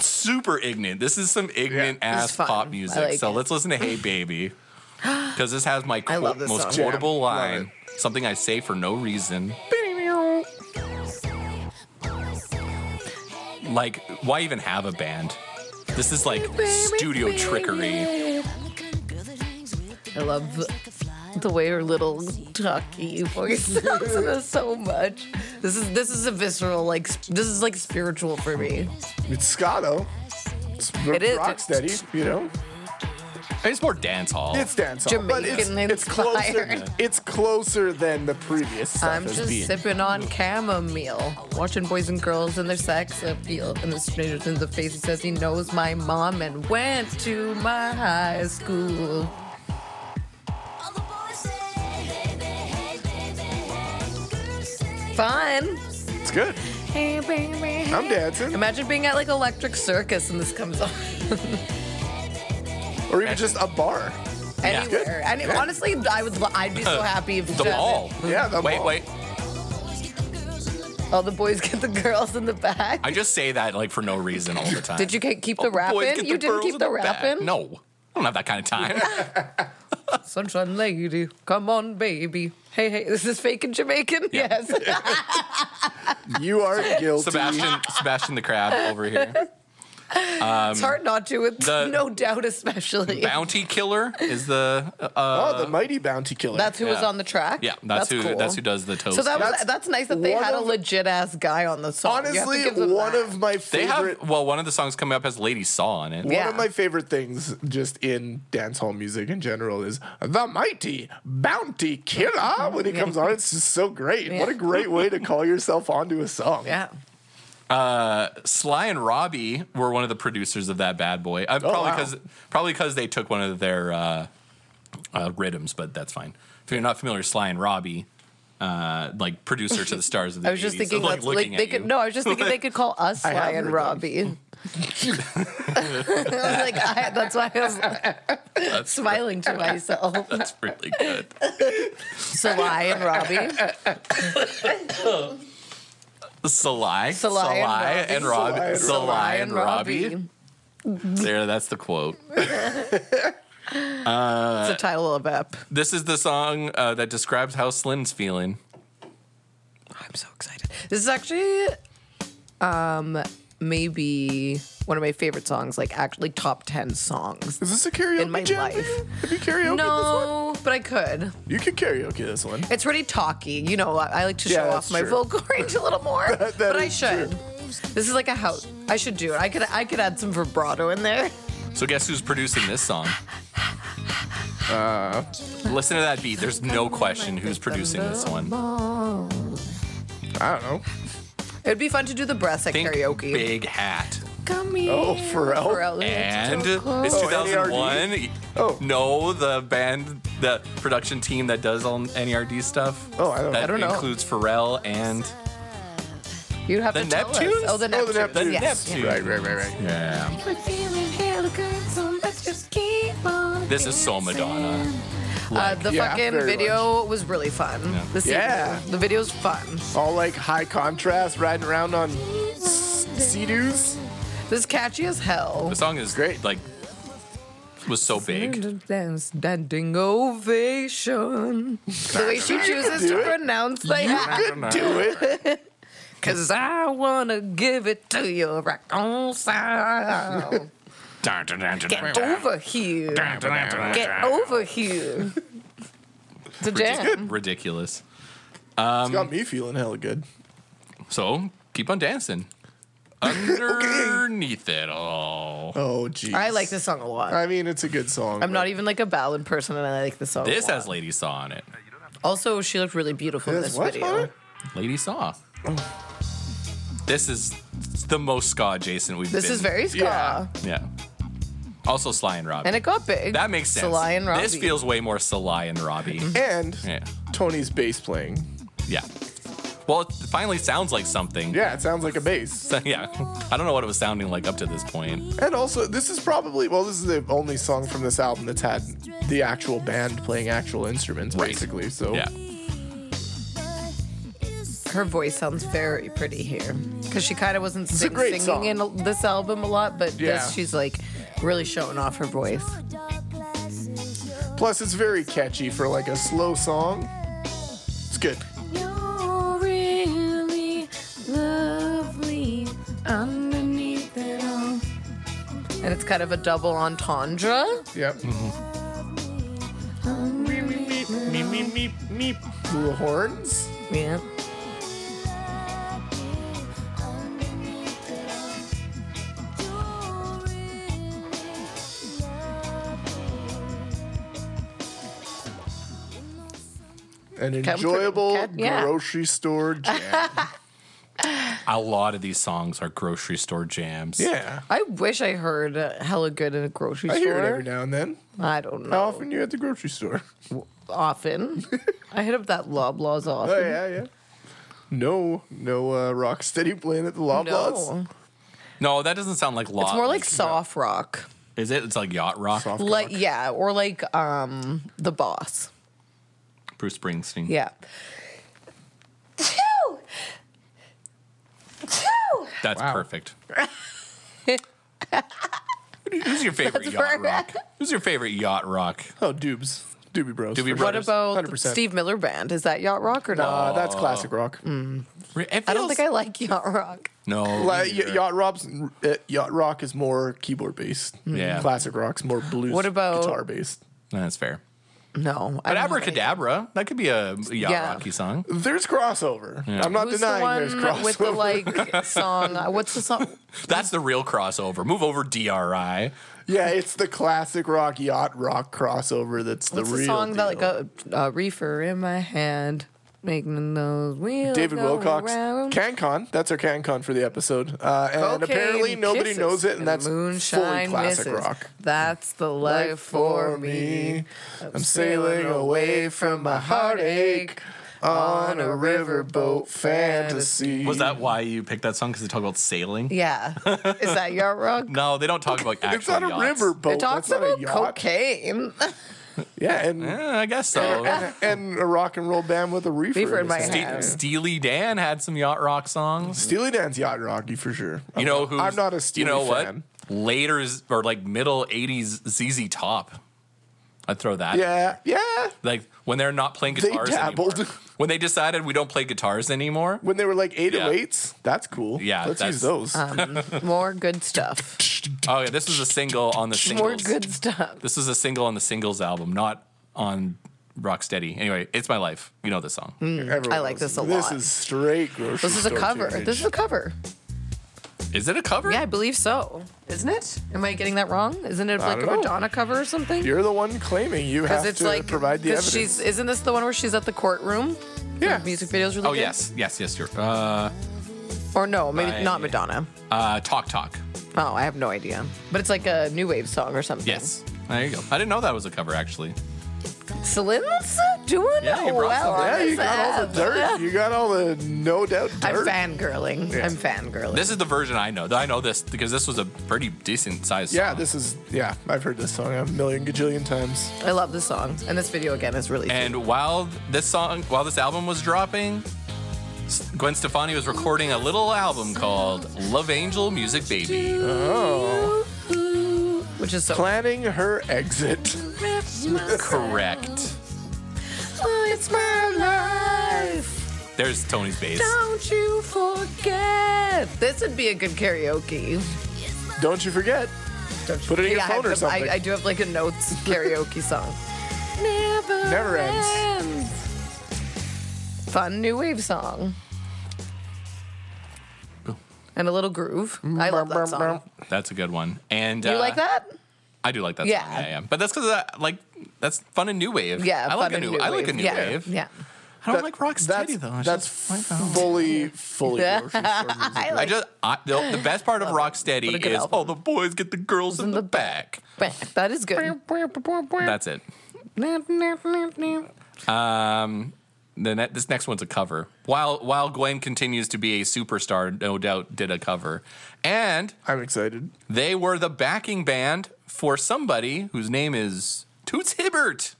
Speaker 1: Super ignorant. This is some ignorant
Speaker 4: Yeah.
Speaker 1: ass
Speaker 3: It's fun.
Speaker 1: pop
Speaker 3: I
Speaker 1: music.
Speaker 3: like
Speaker 1: so
Speaker 3: it.
Speaker 1: let's listen to Hey Baby because this has my
Speaker 3: I love
Speaker 1: quote-
Speaker 3: this
Speaker 1: most
Speaker 3: song.
Speaker 4: Jam.
Speaker 1: quotable
Speaker 4: Love
Speaker 1: line. Something I say for no reason. Like, why even have a band? This is like studio trickery.
Speaker 3: I love the way her little talky voice sounds in this so much. This is this is a visceral like sp- this is like spiritual for me.
Speaker 4: It's ska though. It's
Speaker 3: It is.
Speaker 4: rock steady, you know.
Speaker 1: It's more dance hall.
Speaker 4: It's dance hall, but it's,
Speaker 3: Jamaican
Speaker 4: it's closer.
Speaker 3: inspired.
Speaker 4: It's closer than the previous stuff
Speaker 3: I'm
Speaker 4: has
Speaker 3: just
Speaker 4: been.
Speaker 3: sipping on chamomile, watching boys and girls and their sex appeal. And the stranger's in the face. He says he knows my mom and went to my high school. Fun.
Speaker 4: It's good.
Speaker 3: Hey baby.
Speaker 4: I'm dancing,
Speaker 3: Imagine being at like Electric Circus and this comes on.
Speaker 4: or even just a bar.
Speaker 3: anywhere. And it- honestly, I would. lo- I'd be so happy if
Speaker 1: Uh, the
Speaker 3: Jasmine-
Speaker 1: mall.
Speaker 4: Yeah, the
Speaker 1: Wait,
Speaker 4: mall.
Speaker 1: wait.
Speaker 3: All the boys get the girls in the back.
Speaker 1: I just say that like for no reason all the time.
Speaker 3: Did you ke- keep
Speaker 1: Oh,
Speaker 3: the
Speaker 1: boys
Speaker 3: rap
Speaker 1: get
Speaker 3: in? You didn't
Speaker 1: girls
Speaker 3: keep
Speaker 1: in
Speaker 3: the
Speaker 1: back.
Speaker 3: rap in?
Speaker 1: No, I don't have that kind of time.
Speaker 3: Sunshine lady, come on, baby. Hey, hey, this is fake and Jamaican.
Speaker 1: Yeah.
Speaker 3: Yes.
Speaker 4: You are guilty.
Speaker 1: Sebastian, Sebastian the crab over here.
Speaker 3: it's hard not to, with
Speaker 1: the-
Speaker 3: no doubt, especially.
Speaker 1: Bounty killer is the uh,
Speaker 4: oh, the mighty bounty killer.
Speaker 3: that's who was
Speaker 1: Yeah.
Speaker 3: on the track.
Speaker 1: yeah. That's, who
Speaker 3: cool.
Speaker 1: that's who does the toast.
Speaker 3: So that was
Speaker 4: That's
Speaker 3: that's, nice that they
Speaker 4: one
Speaker 3: had a
Speaker 4: of-
Speaker 3: legit ass guy on the song. You have to
Speaker 4: honestly
Speaker 3: give them
Speaker 4: one
Speaker 3: that.
Speaker 4: of my
Speaker 1: they
Speaker 4: favorite.
Speaker 1: have well, one of the songs coming up has Lady Saw on it.
Speaker 4: one
Speaker 3: Yeah.
Speaker 4: of my favorite things just in dance hall music in general is the mighty bounty killer when he comes on. It's just so great. What
Speaker 3: Mm-hmm.
Speaker 4: a
Speaker 3: Yeah.
Speaker 4: great way to call yourself onto a song.
Speaker 3: yeah.
Speaker 1: Sly and Robbie were one of the producers of that bad boy.
Speaker 3: Oh,
Speaker 1: Uh, probably
Speaker 4: wow.
Speaker 1: because probably because they took one of their uh, uh, rhythms, but that's fine. If you're not familiar, with Sly and Robbie, uh, like producer to the stars of the
Speaker 3: I was just
Speaker 1: 80s.
Speaker 3: thinking,
Speaker 1: like,
Speaker 3: that's, like
Speaker 1: looking at
Speaker 3: they could.
Speaker 1: you.
Speaker 3: No, I was just thinking they could call us
Speaker 4: I have
Speaker 3: Sly and
Speaker 4: heard them.
Speaker 3: Robbie. I was like, I, that's why I was
Speaker 1: that's
Speaker 3: smiling to myself.
Speaker 1: That's really good.
Speaker 3: Sly and Robbie.
Speaker 1: Salai,
Speaker 3: Salai
Speaker 1: Salai and
Speaker 3: and
Speaker 1: Robbie,
Speaker 4: Robbie.
Speaker 1: Salai and Robbie. There, that's the quote.
Speaker 3: It's the title of ep.
Speaker 1: This is the song uh, that describes how Slim's feeling.
Speaker 3: I'm so excited. This is actually um maybe one of my favorite songs, like actually top ten songs.
Speaker 4: Is this a karaoke
Speaker 3: In my
Speaker 4: jam?
Speaker 3: life.
Speaker 4: Have you karaoke this one?
Speaker 3: No, but I could.
Speaker 4: You can karaoke this one.
Speaker 3: It's pretty talky. You know, I, I like to
Speaker 4: Yeah,
Speaker 3: show
Speaker 4: that's
Speaker 3: off my
Speaker 4: true.
Speaker 3: vocal range a little more,
Speaker 4: That- that
Speaker 3: but I
Speaker 4: is
Speaker 3: should. This is like a house. I should do it. I could. I could add some vibrato in there.
Speaker 1: So, guess who's producing this song? Uh, Listen to that beat. There's no question who's producing this one.
Speaker 4: Oh. I don't know.
Speaker 3: It'd be fun to do the breaths at
Speaker 1: Think
Speaker 3: karaoke.
Speaker 1: Big Hat.
Speaker 3: Come here,
Speaker 4: Oh, Pharrell?
Speaker 1: And
Speaker 3: so close.
Speaker 1: it's
Speaker 4: Oh, NERD?
Speaker 1: 2001.
Speaker 4: Oh.
Speaker 1: No, the band, the production team that does all NERD stuff.
Speaker 4: Oh, I don't
Speaker 1: That
Speaker 4: know.
Speaker 3: don't know.
Speaker 1: includes Pharrell and.
Speaker 3: You'd have
Speaker 1: The
Speaker 3: to tell us.
Speaker 1: Neptunes?
Speaker 3: Oh, the
Speaker 1: Oh,
Speaker 3: Neptunes.
Speaker 4: Oh, the Neptunes.
Speaker 3: Yes.
Speaker 1: Neptunes.
Speaker 4: Right, right, right, right.
Speaker 1: Yeah. This is so Madonna.
Speaker 3: Uh, the
Speaker 4: Yeah,
Speaker 3: fucking
Speaker 4: very
Speaker 3: video was really fun. The scene-
Speaker 4: Yeah.
Speaker 3: The video's fun.
Speaker 4: All like high contrast, riding around on sea-doos.
Speaker 3: This is catchy as hell.
Speaker 1: The song is
Speaker 4: Great.
Speaker 1: Like, was so big.
Speaker 3: Standing ovation. The way she chooses
Speaker 4: do
Speaker 3: to
Speaker 4: it.
Speaker 3: pronounce the hat.
Speaker 4: Could do it.
Speaker 3: Cause I wanna give it to you rock on sound. Get over here. Get over here. It's a jam.
Speaker 1: Ridiculous. Um,
Speaker 4: It's got me feeling hella good.
Speaker 1: So keep on dancing. Underneath it all.
Speaker 4: Oh, geez.
Speaker 3: I like this song a lot.
Speaker 4: I mean, it's a good song.
Speaker 3: I'm
Speaker 4: but-
Speaker 3: not even like a ballad person and I like this song.
Speaker 1: This
Speaker 3: a lot.
Speaker 1: has Lady Saw on it.
Speaker 3: Also, she looked really beautiful in
Speaker 4: That's
Speaker 3: this
Speaker 4: what,
Speaker 3: video.
Speaker 4: Hunter?
Speaker 1: Lady Saw. This is the most ska Jason we've
Speaker 3: This
Speaker 1: been.
Speaker 3: is very ska.
Speaker 4: Yeah.
Speaker 1: yeah. Also Sly and Robbie.
Speaker 3: And it got big.
Speaker 1: that makes sense.
Speaker 3: Sly and Robbie. Mm-hmm.
Speaker 1: This feels way more Sly and Robbie.
Speaker 4: And
Speaker 1: yeah,
Speaker 4: Tony's bass playing.
Speaker 1: yeah. Well, it finally sounds like something.
Speaker 4: Yeah, it sounds like a bass.
Speaker 1: So, yeah. I don't know what it was sounding like up to this point.
Speaker 4: And also, this is probably well, this is the only song from this album that's had the actual band playing actual instruments,
Speaker 1: Right.
Speaker 4: basically. So
Speaker 1: Yeah.
Speaker 3: Her voice sounds very pretty here because she kind of wasn't
Speaker 4: a
Speaker 3: sing-
Speaker 4: great
Speaker 3: singing
Speaker 4: song.
Speaker 3: in a- this album a lot, but
Speaker 4: Yeah.
Speaker 3: this she's like really showing off her voice.
Speaker 4: plus it's very catchy for like a slow song. It's good.
Speaker 6: You're Oh, really lovely underneath it all.
Speaker 3: And it's kind of a double entendre.
Speaker 4: Yep. Little horns.
Speaker 3: Yeah.
Speaker 4: An
Speaker 3: Come through,
Speaker 4: enjoyable
Speaker 3: cat- yeah.
Speaker 4: grocery store jam.
Speaker 1: A lot of these songs are grocery store jams.
Speaker 4: yeah.
Speaker 3: I wish I heard uh, Hella Good in a grocery
Speaker 4: I
Speaker 3: store.
Speaker 4: hear it every now and then.
Speaker 3: I don't know.
Speaker 4: How often you at the grocery store?
Speaker 3: Often. I hit up that Loblaws often.
Speaker 4: Oh yeah, yeah. No, no uh, rock steady playing at the Loblaws.
Speaker 3: No.
Speaker 1: No, that doesn't sound like lot.
Speaker 3: It's more like soft rock.
Speaker 1: Is it? It's like yacht rock.
Speaker 4: Soft
Speaker 3: Like
Speaker 4: rock.
Speaker 3: yeah, or like um the boss.
Speaker 1: Bruce Springsteen.
Speaker 3: Yeah.
Speaker 1: That's
Speaker 4: Wow.
Speaker 1: perfect. Who's your favorite yacht rock? Who's your favorite yacht rock?
Speaker 4: Oh, Dubes, Doobie Bros.
Speaker 1: Doobie
Speaker 4: for
Speaker 1: Bros.
Speaker 3: What about the
Speaker 4: 100%.
Speaker 3: Steve Mm. Miller band? Is that yacht rock or
Speaker 4: sure.
Speaker 3: not?
Speaker 4: Uh, that's classic rock.
Speaker 1: It
Speaker 3: I don't
Speaker 1: feels-
Speaker 3: think I like yacht rock.
Speaker 1: No.
Speaker 4: Like,
Speaker 1: neither.
Speaker 4: y- yacht, rob's, uh, yacht rock is more keyboard based.
Speaker 1: Yeah.
Speaker 4: Classic rock's more blues.
Speaker 3: Mm. What about-
Speaker 4: guitar based?
Speaker 1: That's fair.
Speaker 3: No. I
Speaker 1: But
Speaker 3: don't
Speaker 1: Abracadabra, that could be a yacht
Speaker 3: Yeah.
Speaker 1: rocky song.
Speaker 4: There's crossover. I'm
Speaker 3: like-
Speaker 4: not
Speaker 3: Who's the
Speaker 4: denying
Speaker 3: one
Speaker 4: there's crossover.
Speaker 3: with the like song? uh, What's the song?
Speaker 1: That's the real crossover. Move over DRI.
Speaker 4: yeah, it's the classic rock yacht rock crossover. That's the
Speaker 3: What's the,
Speaker 4: real
Speaker 3: song that like
Speaker 4: deal.
Speaker 3: a, a reefer in my hand, making those wheels
Speaker 4: David
Speaker 3: go
Speaker 4: Wilcox,
Speaker 3: round?
Speaker 4: CanCon. That's our CanCon for the episode. Uh, and
Speaker 3: Cocaine
Speaker 4: apparently nobody
Speaker 3: kisses
Speaker 4: knows it, and that's fully
Speaker 3: moonshine
Speaker 4: classic
Speaker 3: misses.
Speaker 4: rock.
Speaker 3: That's the life, for me.
Speaker 4: I'm sailing away from my heartache on a riverboat fantasy.
Speaker 1: Was that why you picked that song? Because they talk about sailing?
Speaker 3: Yeah. Is that yacht rock?
Speaker 1: No, they don't talk about actual
Speaker 4: It's not a
Speaker 1: yachts.
Speaker 4: riverboat.
Speaker 3: It talks
Speaker 4: that's
Speaker 3: about
Speaker 4: not a yacht.
Speaker 3: cocaine.
Speaker 4: Yeah, and
Speaker 1: Eh, I guess so.
Speaker 4: and a rock and roll band with a reefer.
Speaker 3: Reefer in
Speaker 4: his
Speaker 3: my
Speaker 4: hand.
Speaker 3: hand.
Speaker 1: Ste- Steely Dan had some yacht rock songs.
Speaker 4: Steely Dan's yacht rocky for sure.
Speaker 1: You know who?
Speaker 4: I'm not a Steely
Speaker 1: You know
Speaker 4: fan.
Speaker 1: what? Later or like middle '80s ZZ Top. I'd throw that.
Speaker 4: Yeah, yeah.
Speaker 1: Like when they're not playing
Speaker 4: They
Speaker 1: guitars
Speaker 4: dabbled.
Speaker 1: anymore. When they decided we don't play guitars anymore.
Speaker 4: When they were like eight
Speaker 1: Yeah.
Speaker 4: oh eights, that's cool.
Speaker 1: Yeah,
Speaker 4: let's
Speaker 1: that's-
Speaker 4: use those.
Speaker 3: More good stuff.
Speaker 1: Oh yeah, this was a single on the
Speaker 3: More
Speaker 1: singles.
Speaker 3: good stuff.
Speaker 1: This was a single on the singles album, not on Rocksteady. Anyway, it's my life. You know this song.
Speaker 4: Everyone
Speaker 3: I like
Speaker 4: knows
Speaker 3: this a
Speaker 4: This
Speaker 3: lot.
Speaker 4: is straight grocery.
Speaker 3: This is a
Speaker 4: store
Speaker 3: cover.
Speaker 4: teenage.
Speaker 3: This is a cover.
Speaker 1: Is it a cover?
Speaker 3: Yeah, I believe so. Isn't it? Am I getting that wrong? Isn't it like a
Speaker 4: don't know.
Speaker 3: Madonna cover or something?
Speaker 4: You're the one claiming you have
Speaker 3: Because it's
Speaker 4: to
Speaker 3: like
Speaker 4: provide the
Speaker 3: 'cause
Speaker 4: evidence.
Speaker 3: she's isn't this the one where she's at the courtroom?
Speaker 4: yeah.
Speaker 3: Music videos really
Speaker 1: Oh
Speaker 3: good?
Speaker 1: yes, yes, yes. You're uh,
Speaker 3: Or no, maybe
Speaker 1: By-
Speaker 3: not Madonna.
Speaker 1: uh, Talk Talk.
Speaker 3: Oh, I have no idea. But it's like a new wave song or something.
Speaker 1: Yes. There you go. I didn't know that was a cover actually.
Speaker 3: Celine's doing
Speaker 1: Yeah, you brought
Speaker 3: well
Speaker 1: something.
Speaker 3: on
Speaker 4: Yeah, you
Speaker 3: this
Speaker 4: got all the
Speaker 3: app.
Speaker 4: dirt. You got all the no doubt dirt.
Speaker 3: I'm fangirling.
Speaker 4: Yeah.
Speaker 3: I'm fangirling.
Speaker 1: This is the version I know. I know this because this was a pretty decent sized
Speaker 4: yeah,
Speaker 1: song.
Speaker 4: this is yeah. I've heard this song a million gajillion times.
Speaker 3: I love this song. And this video again is really cute.
Speaker 1: And while this song, while this album was dropping, S- Gwen Stefani was recording a little album called Love Angel Music Baby.
Speaker 3: which is so
Speaker 4: Oh. Planning her exit.
Speaker 1: Correct.
Speaker 3: Oh, it's my life.
Speaker 1: There's Tony's bass.
Speaker 3: Don't you forget. This would be a good karaoke.
Speaker 4: Don't you forget. Put it in your
Speaker 3: Yeah, I,
Speaker 4: phone
Speaker 3: have
Speaker 4: or
Speaker 3: the- I-
Speaker 4: something.
Speaker 3: I do have like a notes karaoke song.
Speaker 4: Never ends.
Speaker 3: Fun new wave song.
Speaker 1: Oh.
Speaker 3: And a little groove. I love that song.
Speaker 1: Mm-hmm. That's a good one. And
Speaker 3: You
Speaker 1: uh,
Speaker 3: like that?
Speaker 1: I do like that
Speaker 3: Yeah.
Speaker 1: song. Yeah, yeah. But that's because I like that's fun and new wave.
Speaker 3: Yeah,
Speaker 1: I like
Speaker 3: fun
Speaker 1: a
Speaker 3: and
Speaker 1: new. I like a new
Speaker 3: yeah,
Speaker 1: wave.
Speaker 3: Yeah.
Speaker 1: I don't
Speaker 4: That-
Speaker 1: like rock steady
Speaker 4: That's,
Speaker 1: though. It's
Speaker 4: that's
Speaker 1: just-
Speaker 4: fully, fully grocery store music.
Speaker 3: I
Speaker 1: I
Speaker 3: like
Speaker 1: just I, the, the best part of Rocksteady
Speaker 3: What a good
Speaker 1: is
Speaker 3: album.
Speaker 1: all the boys get the girls in the back.
Speaker 3: Bah, that is good.
Speaker 1: That's it. The ne- this next one's a cover. While while Gwen continues to be a superstar, no doubt did a cover, and
Speaker 4: I'm excited.
Speaker 1: they were the backing band for somebody whose name is Toots Hibbert.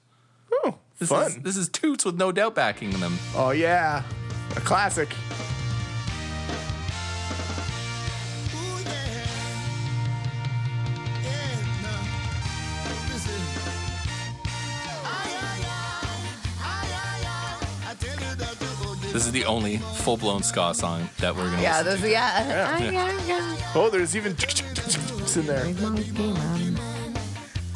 Speaker 4: Oh,
Speaker 1: This
Speaker 4: fun.
Speaker 1: is this is Toots with no doubt backing them.
Speaker 4: Oh yeah, a classic.
Speaker 2: Ooh, yeah. Yeah, nah. Listen. Ay, ay, ay. Ay, ay, ay. I tell you that you go deep.
Speaker 1: This is the only full blown ska song that we're gonna.
Speaker 3: Yeah,
Speaker 1: listen
Speaker 3: those, yeah. yeah.
Speaker 4: Oh, there's even in there.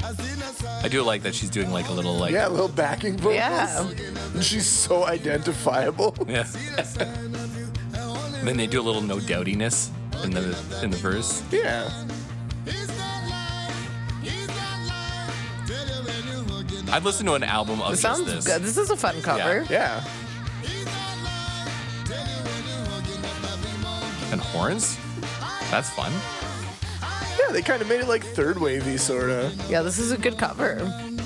Speaker 2: I seen a sign.
Speaker 1: to. I do like that she's doing like a little like
Speaker 4: Yeah, a little backing vocals.
Speaker 3: Yeah.
Speaker 4: She's so identifiable.
Speaker 1: Yeah. then they do a little no doubtiness in the in the verse.
Speaker 4: Yeah.
Speaker 2: He's not lying. He's not lying. Tell you when you hugging.
Speaker 1: I'd listen to an album of
Speaker 3: This
Speaker 1: just
Speaker 3: sounds
Speaker 1: this.
Speaker 3: good. This is a fun cover.
Speaker 4: Yeah.
Speaker 2: He's not lying. Tell you when you hugging. That my be monkey.
Speaker 1: And horns? That's fun.
Speaker 4: Yeah, they kind of made it like third wavy, sort of.
Speaker 3: Yeah. this is a good cover.
Speaker 2: Ay,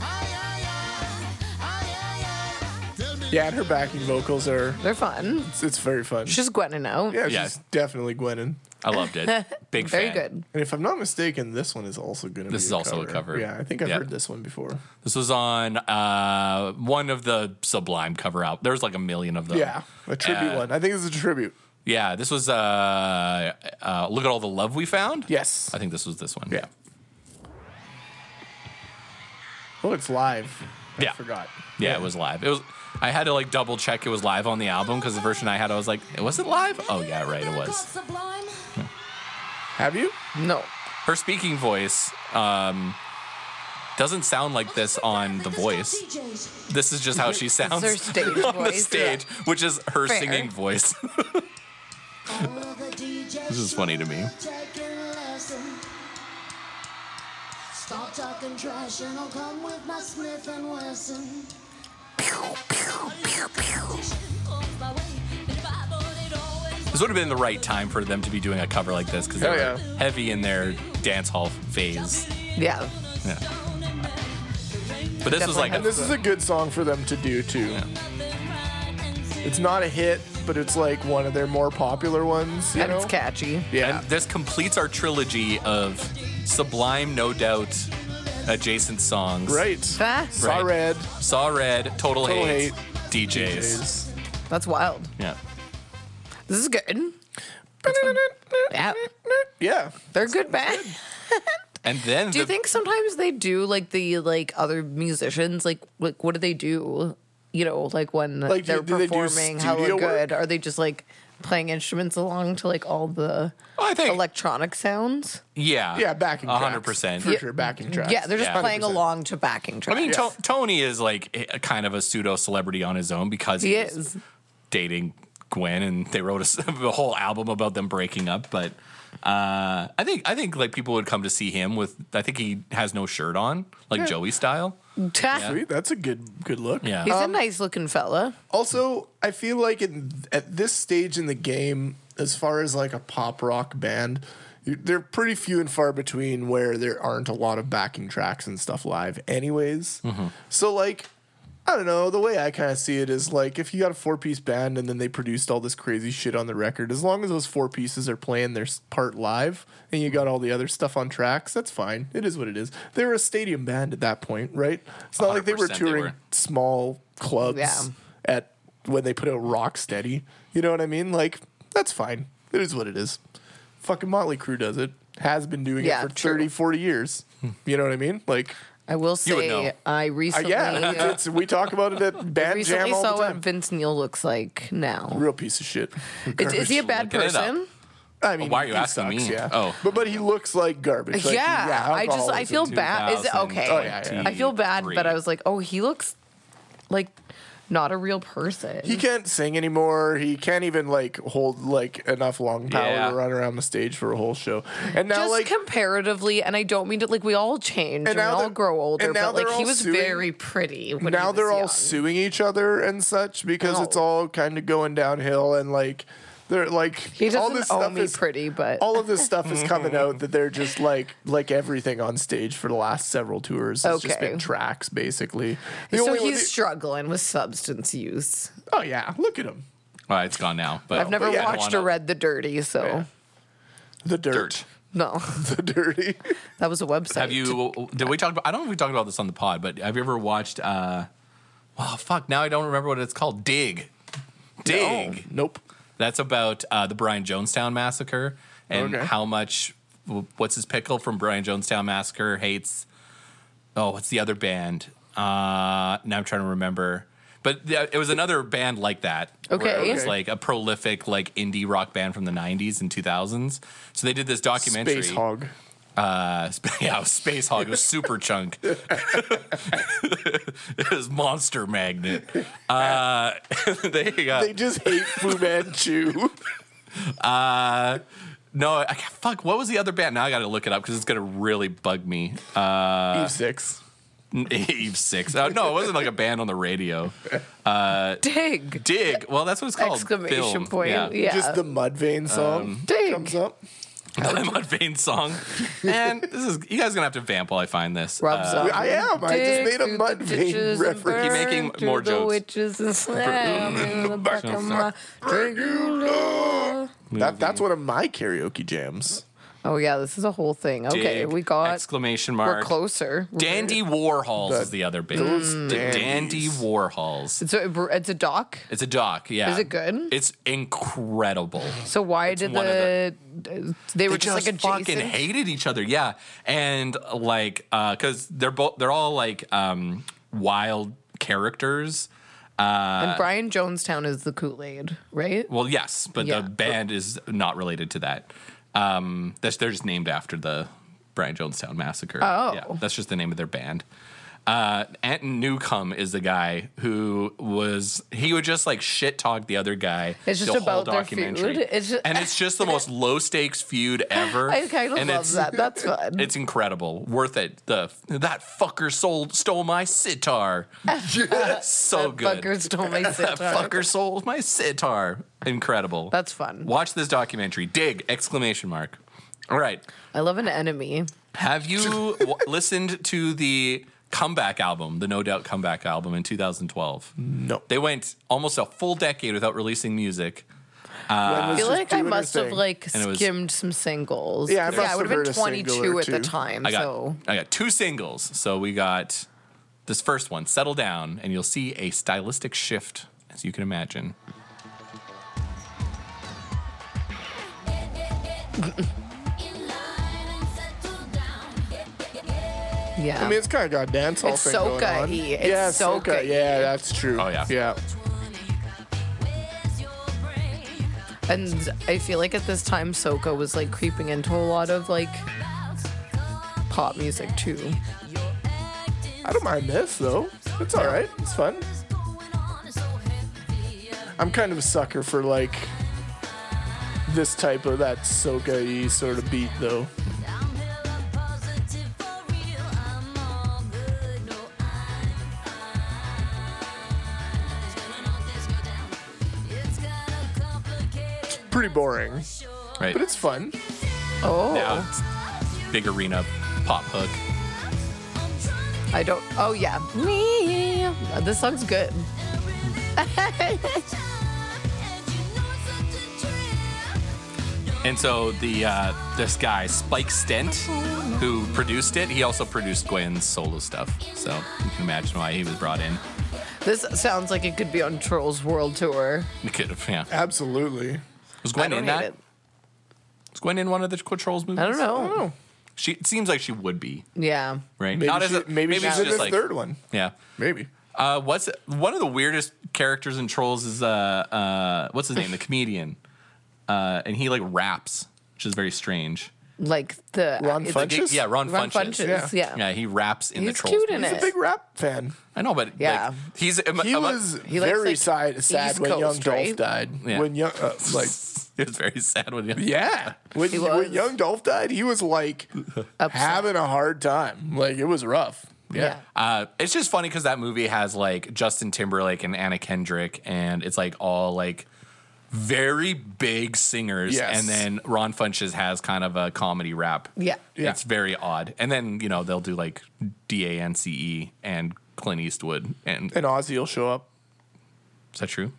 Speaker 2: ay, ay. Ay, ay, ay. Tell me
Speaker 4: Yeah, and her backing vocals are,
Speaker 3: They're fun.
Speaker 4: it's, it's very fun.
Speaker 3: She's Gwennon out.
Speaker 4: yeah, she's
Speaker 1: Yeah.
Speaker 4: definitely Gwennon.
Speaker 1: I loved it. Big
Speaker 3: Very
Speaker 1: fan.
Speaker 3: good.
Speaker 4: And if I'm not mistaken, this one is also going to be
Speaker 1: This is
Speaker 4: a
Speaker 1: also a
Speaker 4: cover.
Speaker 1: cover.
Speaker 4: Yeah, I think I've
Speaker 1: Yeah.
Speaker 4: heard this one before.
Speaker 1: This was on uh, one of the Sublime cover out. There was like a million of them.
Speaker 4: Yeah, a tribute
Speaker 1: Uh,
Speaker 4: one. I think it's a tribute.
Speaker 1: Yeah. This was uh, uh, look at all the love we found.
Speaker 4: Yes.
Speaker 1: I think this was this one.
Speaker 4: Yeah. Oh, it's live.
Speaker 1: Yeah.
Speaker 4: I forgot.
Speaker 1: Yeah, it was live. It was. I had to like double check it was live on the album because the version I had, I was like, was it live? Oh yeah, right, it was.
Speaker 6: Sublime.
Speaker 4: Have you?
Speaker 3: No.
Speaker 1: her speaking voice um, doesn't sound like this on The Voice.
Speaker 6: DJs.
Speaker 1: This is just how she sounds
Speaker 3: her stage
Speaker 1: on the
Speaker 3: voice, yeah.
Speaker 1: stage, which is her
Speaker 3: Fair.
Speaker 1: singing voice.
Speaker 6: All the DJs.
Speaker 1: this is funny to me.
Speaker 6: Taking a lesson. Stop talking trash and I'll come with my Smith and Wesson.
Speaker 1: This would have been the right time for them to be doing a cover like this because they
Speaker 4: Hell
Speaker 1: were heavy in their dance hall phase.
Speaker 3: Yeah.
Speaker 1: But this was like
Speaker 4: And this is a good song for them to do too. It's not a hit, but it's like one of their more popular ones. You
Speaker 3: and
Speaker 4: know?
Speaker 3: it's catchy.
Speaker 4: Yeah.
Speaker 1: And this completes our trilogy of sublime, no doubt, adjacent songs.
Speaker 4: right.
Speaker 3: Huh?
Speaker 4: Saw
Speaker 1: Right.
Speaker 4: red.
Speaker 1: Saw Red, Total,
Speaker 4: Total
Speaker 1: Hate,
Speaker 4: Hate,
Speaker 1: DJs.
Speaker 4: is-
Speaker 3: That's wild.
Speaker 1: Yeah.
Speaker 3: This is good. Yeah.
Speaker 4: Yeah.
Speaker 3: They're good band.
Speaker 1: And then
Speaker 3: Do you
Speaker 1: the-
Speaker 3: think sometimes they do like the like other musicians like like what do they do? You know, like when
Speaker 4: Like, do-
Speaker 3: they're
Speaker 4: do they do
Speaker 3: performing, how
Speaker 4: studio
Speaker 3: good are they? Just like playing instruments along to like all the
Speaker 1: Oh, I think
Speaker 3: electronic sounds.
Speaker 1: yeah,
Speaker 4: Yeah, backing tracks.
Speaker 1: hundred percent.
Speaker 4: For
Speaker 3: Yeah.
Speaker 4: sure, backing tracks.
Speaker 3: Yeah, they're just
Speaker 1: Yeah.
Speaker 3: playing
Speaker 4: 100%.
Speaker 3: along to backing
Speaker 1: I
Speaker 3: tracks.
Speaker 1: mean,
Speaker 4: Yes.
Speaker 1: To- Tony is like a, kind of a pseudo celebrity on his own because
Speaker 3: he
Speaker 1: he's
Speaker 3: is.
Speaker 1: dating Gwen, and they wrote a, s- a whole album about them breaking up. But uh, I think I think like people would come to see him with. I think he has no shirt on, like Joey style.
Speaker 4: Sweet, that's a good good look.
Speaker 1: Yeah,
Speaker 3: He's a nice looking fella.
Speaker 4: Also, I feel like in, at this stage in the game, as far as like a pop rock band, you- they're pretty few and far between where there aren't a lot of backing tracks and stuff live, anyways.
Speaker 1: Mm-hmm.
Speaker 4: So, like, I don't know. The way I kind of see it is like if you got a four piece band and then they produced all this crazy shit on the record, as long as those four pieces are playing their s- part live and you got all the other stuff on tracks, that's fine. It is what it is. They were a stadium band at that point, right? It's not like they
Speaker 1: 100%
Speaker 4: were
Speaker 1: they
Speaker 4: touring
Speaker 1: were.
Speaker 4: small clubs
Speaker 3: Yeah.
Speaker 4: at when they put out Rocksteady. You know what I mean? Like that's fine. It is what it is. Fucking Motley Crue does it. Has been doing
Speaker 3: Yeah,
Speaker 4: it for
Speaker 3: true.
Speaker 4: 30, 40 years.
Speaker 1: Hmm.
Speaker 4: You know what I mean? Like
Speaker 3: I will
Speaker 1: You would
Speaker 3: say
Speaker 1: know.
Speaker 3: I
Speaker 4: uh,
Speaker 3: recently
Speaker 4: yeah, it's, we talk about it at band
Speaker 3: recently
Speaker 4: jam all
Speaker 3: saw
Speaker 4: the
Speaker 3: what
Speaker 4: time.
Speaker 3: Vince Neil looks like now.
Speaker 4: Real piece of shit.
Speaker 3: Is, is he a bad
Speaker 1: Looking it up.
Speaker 3: person?
Speaker 4: I mean,
Speaker 1: Why are you
Speaker 4: he
Speaker 1: asking me?
Speaker 4: Yeah.
Speaker 1: Oh.
Speaker 4: but but he looks like garbage. Like,
Speaker 3: yeah, I just I
Speaker 4: alcoholism.
Speaker 3: feel bad. Is it okay?
Speaker 4: Oh, yeah, yeah.
Speaker 3: I feel bad, but
Speaker 1: 2023.
Speaker 3: I was like, oh, he looks like not a real person.
Speaker 4: He can't sing anymore. He can't even like hold like enough long power
Speaker 1: Yeah.
Speaker 4: to run around the stage for a whole show. And now
Speaker 3: just
Speaker 4: like
Speaker 3: comparatively, and I don't mean to like we all change and,
Speaker 4: now
Speaker 3: we all
Speaker 4: they're-
Speaker 3: grow older,
Speaker 4: and now
Speaker 3: but like
Speaker 4: they're
Speaker 3: he
Speaker 4: all
Speaker 3: was
Speaker 4: suing-
Speaker 3: very pretty. When he
Speaker 4: now
Speaker 3: was
Speaker 4: they're all
Speaker 3: young.
Speaker 4: suing each other and such because it's
Speaker 3: Oh.
Speaker 4: all kind of going downhill and like they're like
Speaker 3: He
Speaker 4: all
Speaker 3: doesn't
Speaker 4: this
Speaker 3: owe
Speaker 4: stuff
Speaker 3: me
Speaker 4: is
Speaker 3: pretty, but
Speaker 4: all of this stuff is coming out that they're just like like everything on stage for the last several tours has just
Speaker 3: Okay.
Speaker 4: been tracks basically. The
Speaker 3: so
Speaker 4: one-
Speaker 3: he's struggling with substance use.
Speaker 4: oh yeah, look at him.
Speaker 1: Well, it's gone now. But
Speaker 3: I've never
Speaker 4: Oh, yeah.
Speaker 3: watched or
Speaker 1: Wanna-
Speaker 3: read The Dirty, so
Speaker 4: Yeah. The
Speaker 1: dirt.
Speaker 4: dirt,
Speaker 3: no,
Speaker 4: the dirty.
Speaker 3: that was a website.
Speaker 1: Have you? Did we talk about? I don't know if we talked about this on the pod, but have you ever watched? uh Well, fuck. Now I don't remember what it's called. Dig, dig.
Speaker 4: Oh, nope.
Speaker 1: That's about uh, the Brian Jonestown massacre and
Speaker 4: Okay.
Speaker 1: how much. What's his pickle from Brian Jonestown massacre hates? Oh, what's the other band? Uh, now I'm trying to remember. But th- it was another band like that. where
Speaker 3: Okay.
Speaker 1: It was
Speaker 4: Okay.
Speaker 1: like a prolific like indie rock band from the 90s and 2000s. So they did this documentary.
Speaker 4: Space hog.
Speaker 1: Uh, sp- yeah, it was Space Hog. It was Super Chunk. it was Monster Magnet. Uh, they, uh,
Speaker 4: They just hate Fu Manchu.
Speaker 1: no, I, can't- fuck. What was the other band? Now I got to look it up because it's gonna really bug me. Uh,
Speaker 4: Eve six.
Speaker 1: Eve Six. Uh, no, it wasn't like a band on the radio.
Speaker 3: dig?
Speaker 1: Dig. Well, that's what it's called.
Speaker 3: Exclamation
Speaker 1: Oh, Film.
Speaker 3: point. Yeah.
Speaker 4: Just the Mudvayne
Speaker 1: Um,
Speaker 4: song
Speaker 3: Dig.
Speaker 4: comes up.
Speaker 1: I'm on Vain song. And this is you guys are gonna have to vamp while I find this. Uh,
Speaker 3: Rob Zombie.
Speaker 4: I am. I
Speaker 3: Um, Dig
Speaker 4: just made
Speaker 3: through
Speaker 4: a
Speaker 3: the ditches
Speaker 4: Mudvayne
Speaker 3: and
Speaker 4: reference.
Speaker 1: Keep making
Speaker 3: burn through
Speaker 1: more
Speaker 3: the
Speaker 1: jokes.
Speaker 3: witches and slam in the back of my regular.
Speaker 4: That, that's one of my karaoke jams.
Speaker 3: Oh yeah, this is a whole thing.
Speaker 1: Dig,
Speaker 3: Okay, we got.
Speaker 1: exclamation
Speaker 3: We're
Speaker 1: mark.
Speaker 3: closer.
Speaker 1: Dandy Warhols is the other band. The Dandy
Speaker 4: dandies.
Speaker 1: Warhols.
Speaker 3: It's a, it's a doc.
Speaker 1: It's a doc, yeah.
Speaker 3: Is it good?
Speaker 1: It's incredible.
Speaker 3: So why did
Speaker 1: one of
Speaker 3: the, they were
Speaker 1: They
Speaker 3: just,
Speaker 1: just
Speaker 3: like
Speaker 1: fucking
Speaker 3: adjacent?
Speaker 1: hated each other, yeah. And like, uh, cause they're both they're all like um, wild characters.
Speaker 3: and Brian Jonestown is the Kool Aid, right?
Speaker 1: Well, yes, but
Speaker 3: Yeah.
Speaker 1: the band is not related to that. Um, that's they're just named after the Brian Jonestown massacre.
Speaker 3: Oh.
Speaker 1: yeah, that's just the name of their band. Uh, Anton Newcomb is the guy who was he would just like shit talk the other guy.
Speaker 3: It's just
Speaker 1: the whole
Speaker 3: about their
Speaker 1: documentary.
Speaker 3: feud. It's ju-
Speaker 1: and it's just the most low stakes feud ever.
Speaker 3: I kind of
Speaker 1: and
Speaker 3: love
Speaker 1: it's-
Speaker 3: that. That's fun.
Speaker 1: It's incredible, worth it. The that fucker sold stole my sitar. so good.
Speaker 3: Fuckers stole my
Speaker 1: That
Speaker 3: sitar.
Speaker 1: fucker sold my sitar. Incredible.
Speaker 3: That's fun.
Speaker 1: Watch this documentary. Dig! Exclamation mark. All right.
Speaker 3: I love an enemy.
Speaker 1: Have you w- listened to the comeback album, the No Doubt comeback album in 2012?
Speaker 4: No.
Speaker 1: They went almost a full decade without releasing music. Uh,
Speaker 3: I feel like I must have like
Speaker 1: And it was-
Speaker 3: skimmed some singles.
Speaker 4: Yeah, I
Speaker 3: 'Cause,
Speaker 4: must
Speaker 3: I would
Speaker 4: have
Speaker 3: have been
Speaker 4: heard a single
Speaker 3: 22
Speaker 4: or
Speaker 3: at the
Speaker 4: two.
Speaker 3: time.
Speaker 1: I got
Speaker 3: so
Speaker 1: I got two singles. So we got this first one, Settle Down, and you'll see a stylistic shift as you can imagine.
Speaker 3: yeah,
Speaker 4: I mean, it's kind of got dancehall
Speaker 3: It's
Speaker 4: thing going
Speaker 3: soca-y.
Speaker 4: on.
Speaker 3: It's
Speaker 4: yeah,
Speaker 3: soca-y.
Speaker 4: Yeah, that's true.
Speaker 1: Oh, yeah.
Speaker 4: Yeah.
Speaker 3: and I feel like at this time soca was like creeping into a lot of like pop music too.
Speaker 4: I don't mind this though. It's all right. It's fun. I'm kind of a sucker for like this type of that soca-y sort of beat though. Pretty boring,
Speaker 1: Right.
Speaker 4: but it's fun.
Speaker 3: Oh,
Speaker 1: now it's big arena pop hook.
Speaker 3: I don't. Oh yeah, me. This song's good.
Speaker 1: And so the uh, this guy Spike Stent, who produced it, he also produced Gwen's solo stuff. So you can imagine why he was brought in.
Speaker 3: This sounds like it could be on Trolls World Tour.
Speaker 1: He could have, yeah.
Speaker 4: Absolutely.
Speaker 1: Was
Speaker 3: I
Speaker 1: Gwen
Speaker 3: don't
Speaker 1: in
Speaker 3: hate
Speaker 1: that?
Speaker 3: it.
Speaker 1: Was Gwen in one of the Controls movies?
Speaker 3: I don't know.
Speaker 1: She it seems like she would be,
Speaker 3: Yeah.
Speaker 1: right?
Speaker 4: Maybe, she- maybe she's in
Speaker 1: just
Speaker 4: this
Speaker 1: like
Speaker 4: third one.
Speaker 1: yeah.
Speaker 4: Maybe.
Speaker 1: Uh, what's one of the weirdest characters in Trolls is uh, uh what's his name? The comedian, uh, and he like raps, which is very strange.
Speaker 3: like the
Speaker 4: Ron
Speaker 3: it's-
Speaker 4: Funches?
Speaker 1: Yeah, Ron,
Speaker 3: Ron
Speaker 1: Funches.
Speaker 3: Funches, yeah.
Speaker 1: yeah, he raps in
Speaker 3: He's
Speaker 1: the trolls.
Speaker 3: cute in
Speaker 1: movie.
Speaker 4: He's a
Speaker 3: it.
Speaker 4: big rap fan.
Speaker 1: I know, but yeah,
Speaker 3: Yeah.
Speaker 1: like, he's am-
Speaker 4: He
Speaker 1: am-
Speaker 4: was
Speaker 3: He likes,
Speaker 4: very
Speaker 3: like,
Speaker 4: sad, sad
Speaker 3: East
Speaker 4: when
Speaker 3: Coast,
Speaker 4: Young Dolph
Speaker 3: right?
Speaker 4: died.
Speaker 1: Yeah.
Speaker 4: When young, uh, like,
Speaker 1: It was very sad when you.
Speaker 4: yeah, when,
Speaker 3: He
Speaker 4: when
Speaker 3: was.
Speaker 4: Young Dolph died, he was like
Speaker 3: Upset.
Speaker 4: having a hard time. Like it was rough. Yeah,
Speaker 1: Uh, it's just funny because that movie has like Justin Timberlake and Anna Kendrick, and it's like all like very big singers,
Speaker 4: Yes.
Speaker 1: and then Ron Funches has kind of a comedy rap.
Speaker 3: Yeah.
Speaker 4: Yeah.
Speaker 1: it's very odd. And then you know they'll do like D A N C E and Clint Eastwood, and
Speaker 4: and Ozzy will show up
Speaker 1: is that true?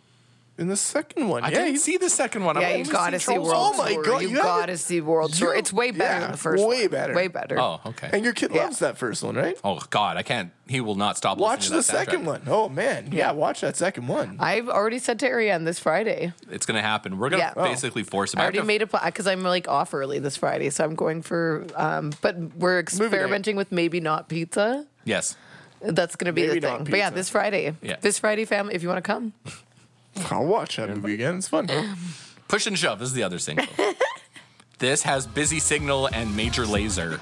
Speaker 4: in the second one.
Speaker 1: I
Speaker 4: yeah,
Speaker 1: didn't
Speaker 4: he's
Speaker 1: see the second one.
Speaker 3: Yeah,
Speaker 1: I've
Speaker 3: you
Speaker 1: only
Speaker 3: gotta
Speaker 1: seen
Speaker 3: see
Speaker 1: Trolls.
Speaker 3: World
Speaker 4: Oh my
Speaker 3: Tour.
Speaker 4: God,
Speaker 3: you,
Speaker 4: you haven't-
Speaker 3: gotta see World Tour.
Speaker 4: you-
Speaker 3: It's way better
Speaker 4: yeah,
Speaker 3: than the first
Speaker 4: way
Speaker 3: one.
Speaker 4: better.
Speaker 3: Way better.
Speaker 1: Oh, okay.
Speaker 4: and your kid
Speaker 3: Yeah.
Speaker 4: loves that first one, right?
Speaker 1: oh God, I can't. He will not stop.
Speaker 4: Watch the
Speaker 1: listening to that
Speaker 4: second
Speaker 1: soundtrack.
Speaker 4: one. Oh man, yeah, watch that second one.
Speaker 3: I've already said to Ariane this Friday.
Speaker 1: It's gonna happen. We're gonna
Speaker 4: Oh.
Speaker 3: Yeah.
Speaker 1: basically force him. I
Speaker 3: I already
Speaker 1: have to-
Speaker 3: made a plan because I'm like off early this Friday, so I'm going for. Um, but we're experimenting with maybe not pizza.
Speaker 1: Yes.
Speaker 3: That's gonna be
Speaker 4: Maybe
Speaker 3: the
Speaker 4: not
Speaker 3: thing. But yeah,
Speaker 4: pizza.
Speaker 3: this Friday,
Speaker 1: Yeah.
Speaker 3: this Friday, fam, if you want to come,
Speaker 4: I'll watch that movie again. It's fun.
Speaker 3: Um,
Speaker 1: Push and shove is the other single. this has busy signal and major laser.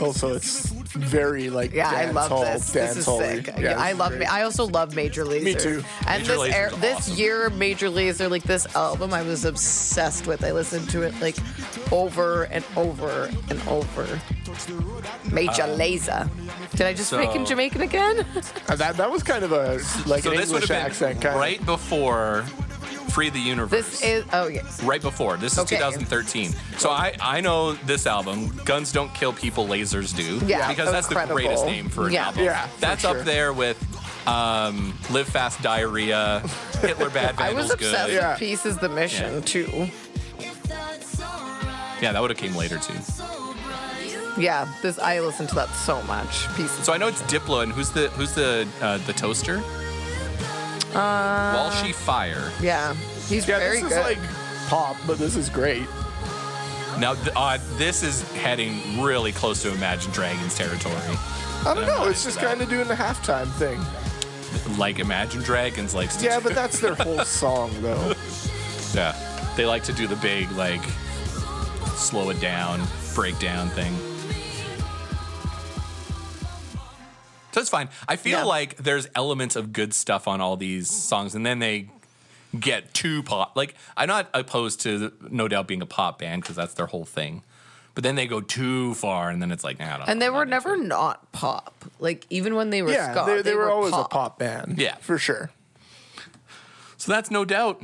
Speaker 4: Also, it's very like
Speaker 3: yeah, I
Speaker 4: dance
Speaker 3: love
Speaker 4: hall,
Speaker 3: this.
Speaker 4: Dance
Speaker 3: This is
Speaker 4: hall-y.
Speaker 3: sick.
Speaker 4: Yeah,
Speaker 3: I
Speaker 4: this is
Speaker 3: love.
Speaker 4: great.
Speaker 3: Ma- I also love Major Lazer.
Speaker 4: too.
Speaker 3: And
Speaker 1: Major
Speaker 3: this
Speaker 1: Lazer's
Speaker 3: this
Speaker 1: awesome.
Speaker 3: year, Major Lazer, like this album, I was obsessed with. I listened to it like over and over and over. Major Lazer. Did I just
Speaker 1: so-
Speaker 3: make him Jamaican again?
Speaker 4: Uh, that that was kind of a like
Speaker 1: So
Speaker 4: an
Speaker 1: this would have
Speaker 4: English
Speaker 1: been
Speaker 4: accent kind
Speaker 1: right
Speaker 4: of.
Speaker 1: before Free the Universe.
Speaker 3: this is. Oh yes.
Speaker 1: right before. This is
Speaker 3: Okay.
Speaker 1: 2013. So I I know this album. Guns don't kill people, lasers do.
Speaker 3: Yeah,
Speaker 1: because that's
Speaker 3: incredible.
Speaker 1: the greatest name for an
Speaker 3: Yeah.
Speaker 1: album.
Speaker 4: Yeah, for
Speaker 1: that's
Speaker 4: sure.
Speaker 1: up there with. Um, live fast, diarrhea, Hitler, bad,
Speaker 3: I was
Speaker 1: Vandals, good.
Speaker 3: obsessed
Speaker 4: Yeah.
Speaker 3: with Peace is the Mission
Speaker 1: Yeah.
Speaker 3: too.
Speaker 1: Yeah, that would have came later too.
Speaker 3: Yeah, this I listened to that so much. Peace. Is
Speaker 1: So I know it's Diplo, and who's the who's the uh, the toaster? Uh, Walshy Fire.
Speaker 3: yeah, he's
Speaker 4: Yeah,
Speaker 3: very
Speaker 4: this
Speaker 3: good.
Speaker 4: is like pop, but this is great.
Speaker 1: Now th- uh, this is heading really close to Imagine Dragons territory.
Speaker 4: I don't know.
Speaker 1: into
Speaker 4: It's just
Speaker 1: that.
Speaker 4: kind of doing the halftime thing.
Speaker 1: Like Imagine Dragons likes to
Speaker 4: Yeah, but that's their whole song though.
Speaker 1: yeah. they like to do the big like slow it down breakdown thing. So it's fine. I feel
Speaker 3: Yeah.
Speaker 1: like there's elements of good stuff on all these songs, and then they get too pop. Like I'm not opposed to No Doubt being a pop band because that's their whole thing, but then they go too far, and then it's like, nah, I don't
Speaker 3: And
Speaker 1: know,
Speaker 3: they
Speaker 1: I'm not
Speaker 3: were
Speaker 1: into it.
Speaker 3: never not pop. Like even when they were
Speaker 4: Yeah,
Speaker 3: ska,
Speaker 4: they, they, were, always a pop band.
Speaker 1: Yeah.
Speaker 4: for sure.
Speaker 1: So that's no doubt.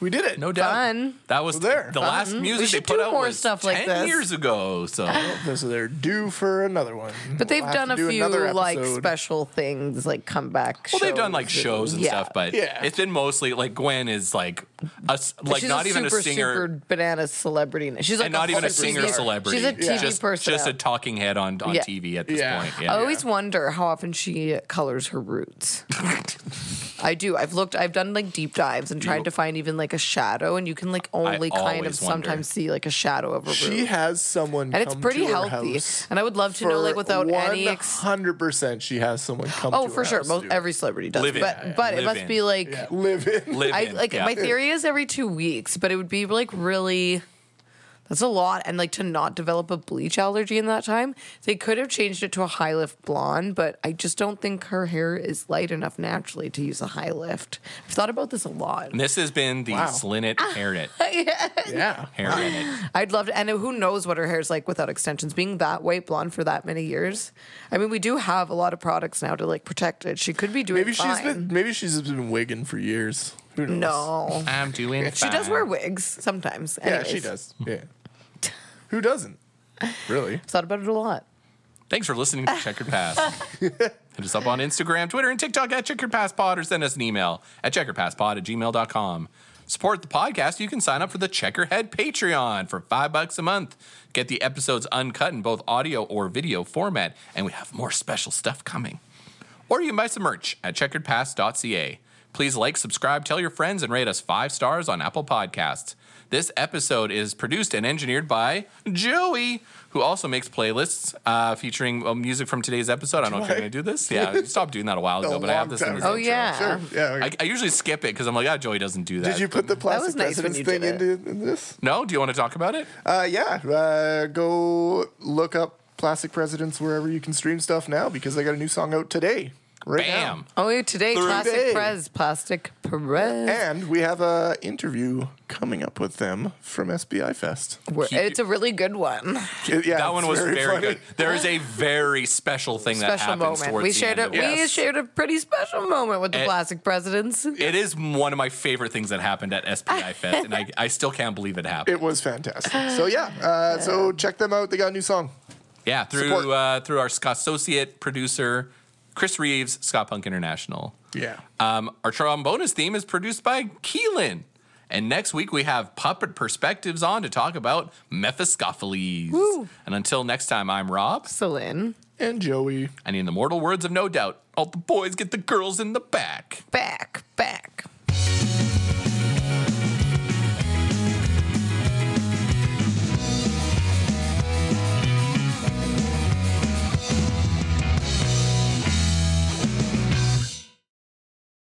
Speaker 4: We did it.
Speaker 1: No doubt.
Speaker 3: Fun.
Speaker 1: That was
Speaker 4: Well, there.
Speaker 1: the last music they
Speaker 3: should
Speaker 1: put
Speaker 3: do
Speaker 1: out
Speaker 3: more
Speaker 1: was
Speaker 3: stuff
Speaker 1: 10
Speaker 3: like this.
Speaker 1: years ago. So
Speaker 4: So they're due for another one.
Speaker 3: But they've done a few like
Speaker 4: special.
Speaker 3: special things, like comeback.
Speaker 1: well, they've done like
Speaker 3: shows
Speaker 1: shows and
Speaker 3: yeah.
Speaker 1: stuff, but
Speaker 4: Yeah.
Speaker 1: it's been mostly like Gwen is like a s like
Speaker 3: she's
Speaker 1: not
Speaker 3: a
Speaker 1: even
Speaker 3: super,
Speaker 1: a singer
Speaker 3: super banana celebrity. now. She's like
Speaker 1: and not even a
Speaker 3: whole
Speaker 1: singer
Speaker 3: TV
Speaker 1: celebrity.
Speaker 3: She's a TV
Speaker 1: just,
Speaker 3: person.
Speaker 1: just a
Speaker 3: now.
Speaker 1: talking head on, on
Speaker 3: Yeah.
Speaker 1: TV at this
Speaker 4: Yeah.
Speaker 1: point.
Speaker 3: I
Speaker 1: Yeah.
Speaker 3: always wonder how often she colors her roots. I do. I've looked. I've done like deep dives and tried
Speaker 1: You-
Speaker 3: to find even like a shadow, and you can like only kind of
Speaker 1: always wonder.
Speaker 3: sometimes see like a shadow of a root.
Speaker 4: She has someone,
Speaker 3: and it's
Speaker 4: come
Speaker 3: pretty
Speaker 4: to her
Speaker 3: healthy.
Speaker 4: house
Speaker 3: And I would love to know, like, without any ex-
Speaker 4: hundred percent, she has someone come.
Speaker 3: Oh,
Speaker 4: to
Speaker 3: for
Speaker 4: her
Speaker 3: sure.
Speaker 4: house,
Speaker 3: Most
Speaker 4: dude.
Speaker 3: every celebrity does.
Speaker 1: Live in.
Speaker 3: but
Speaker 1: Yeah,
Speaker 3: but
Speaker 1: live
Speaker 3: it must
Speaker 1: in.
Speaker 3: be like
Speaker 4: yeah, live in.
Speaker 1: Live
Speaker 3: I
Speaker 1: in,
Speaker 3: like
Speaker 1: yeah.
Speaker 3: my theory is every two weeks, but it would be like really that's a lot. And like to not develop a bleach allergy in that time, they could have changed it to a high lift blonde, but I just don't think her hair is light enough naturally to use a high lift. I've thought about this a lot.
Speaker 1: And this has been the
Speaker 4: Wow.
Speaker 1: Slinnet hairnet.
Speaker 4: yeah,
Speaker 1: hairnet.
Speaker 3: I'd love to, and who knows what her hair's like without extensions. Being that white blonde for that many years, I mean, we do have a lot of products now to like protect it. She could be doing
Speaker 4: maybe
Speaker 3: fine.
Speaker 4: she's been maybe she's been wigging for years. Who knows?
Speaker 3: no.
Speaker 1: I'm doing.
Speaker 3: She does
Speaker 1: fine.
Speaker 3: wear wigs sometimes.
Speaker 4: Yeah,
Speaker 3: Anyways,
Speaker 4: she does.
Speaker 1: Hmm.
Speaker 4: Yeah. Who doesn't? Really?
Speaker 3: I've thought about it a lot.
Speaker 1: Thanks for listening to Checkered Pass. Hit us up on Instagram, Twitter, and TikTok at Checkered Pass Pod, or send us an email at checkerpasspod at gmail.com. Support the podcast. You can sign up for the Checkerhead Patreon for five bucks a month. Get the episodes uncut in both audio or video format, and we have more special stuff coming. Or you can buy some merch at checkeredpass.ca. Please like, subscribe, tell your friends, and rate us five stars on Apple Podcasts. This episode is produced and engineered by Joey, who also makes playlists uh, featuring uh, music from today's episode. I don't know if you're going to do this. Yeah, I stopped doing that a while
Speaker 4: A
Speaker 1: ago, but I have
Speaker 4: long
Speaker 1: this in
Speaker 4: time
Speaker 1: this
Speaker 4: ago.
Speaker 3: Oh,
Speaker 1: intro.
Speaker 3: yeah.
Speaker 4: Sure. Yeah. okay.
Speaker 1: I, I usually skip it because I'm like, ah, Joey doesn't do that.
Speaker 4: Did you put the
Speaker 3: was
Speaker 4: plastic
Speaker 3: nice when
Speaker 4: presidents
Speaker 3: you
Speaker 4: thing
Speaker 3: did
Speaker 4: into this?
Speaker 1: No? Do you want to talk about it?
Speaker 4: Uh, yeah. Uh, go look up Plastic Presidents wherever you can stream stuff now because they got a new song out today. Right now.
Speaker 1: Bam.
Speaker 3: Oh, today,
Speaker 4: Through
Speaker 3: Plastic
Speaker 4: day.
Speaker 3: Prez. Plastic Prez.
Speaker 4: And we have a interview coming up with them from SBI Fest.
Speaker 3: We're-
Speaker 1: Keep-
Speaker 3: It's a really good one.
Speaker 4: It- yeah,
Speaker 1: that one
Speaker 4: it's
Speaker 1: was very,
Speaker 4: funny.
Speaker 1: good. There is a very special thing that
Speaker 3: Special
Speaker 1: happens
Speaker 3: moment.
Speaker 1: towards
Speaker 3: We
Speaker 1: the
Speaker 3: shared
Speaker 1: end
Speaker 3: a
Speaker 1: of Eh.
Speaker 3: we
Speaker 1: it.
Speaker 4: Yes.
Speaker 3: shared a pretty special moment with the
Speaker 1: It-
Speaker 3: Plastic Presidents.
Speaker 1: It is one of my favorite things that happened at SPI Fest, and I, I still can't believe it happened.
Speaker 4: It was fantastic. So yeah, uh, so check them out. They got a new song.
Speaker 1: yeah, through
Speaker 4: Support.
Speaker 1: uh, through our Scott associate producer, Chris Reeves, Scott Punk International.
Speaker 4: Yeah.
Speaker 1: Um, our trombonist theme is produced by Keelan. And next week we have Puppet Perspectives on to talk about Mephistopheles.
Speaker 3: Woo.
Speaker 1: And until next time, I'm Rob.
Speaker 3: Celine,
Speaker 4: And Joey.
Speaker 1: And in the mortal words of No Doubt, all the boys get the girls in the back.
Speaker 3: back.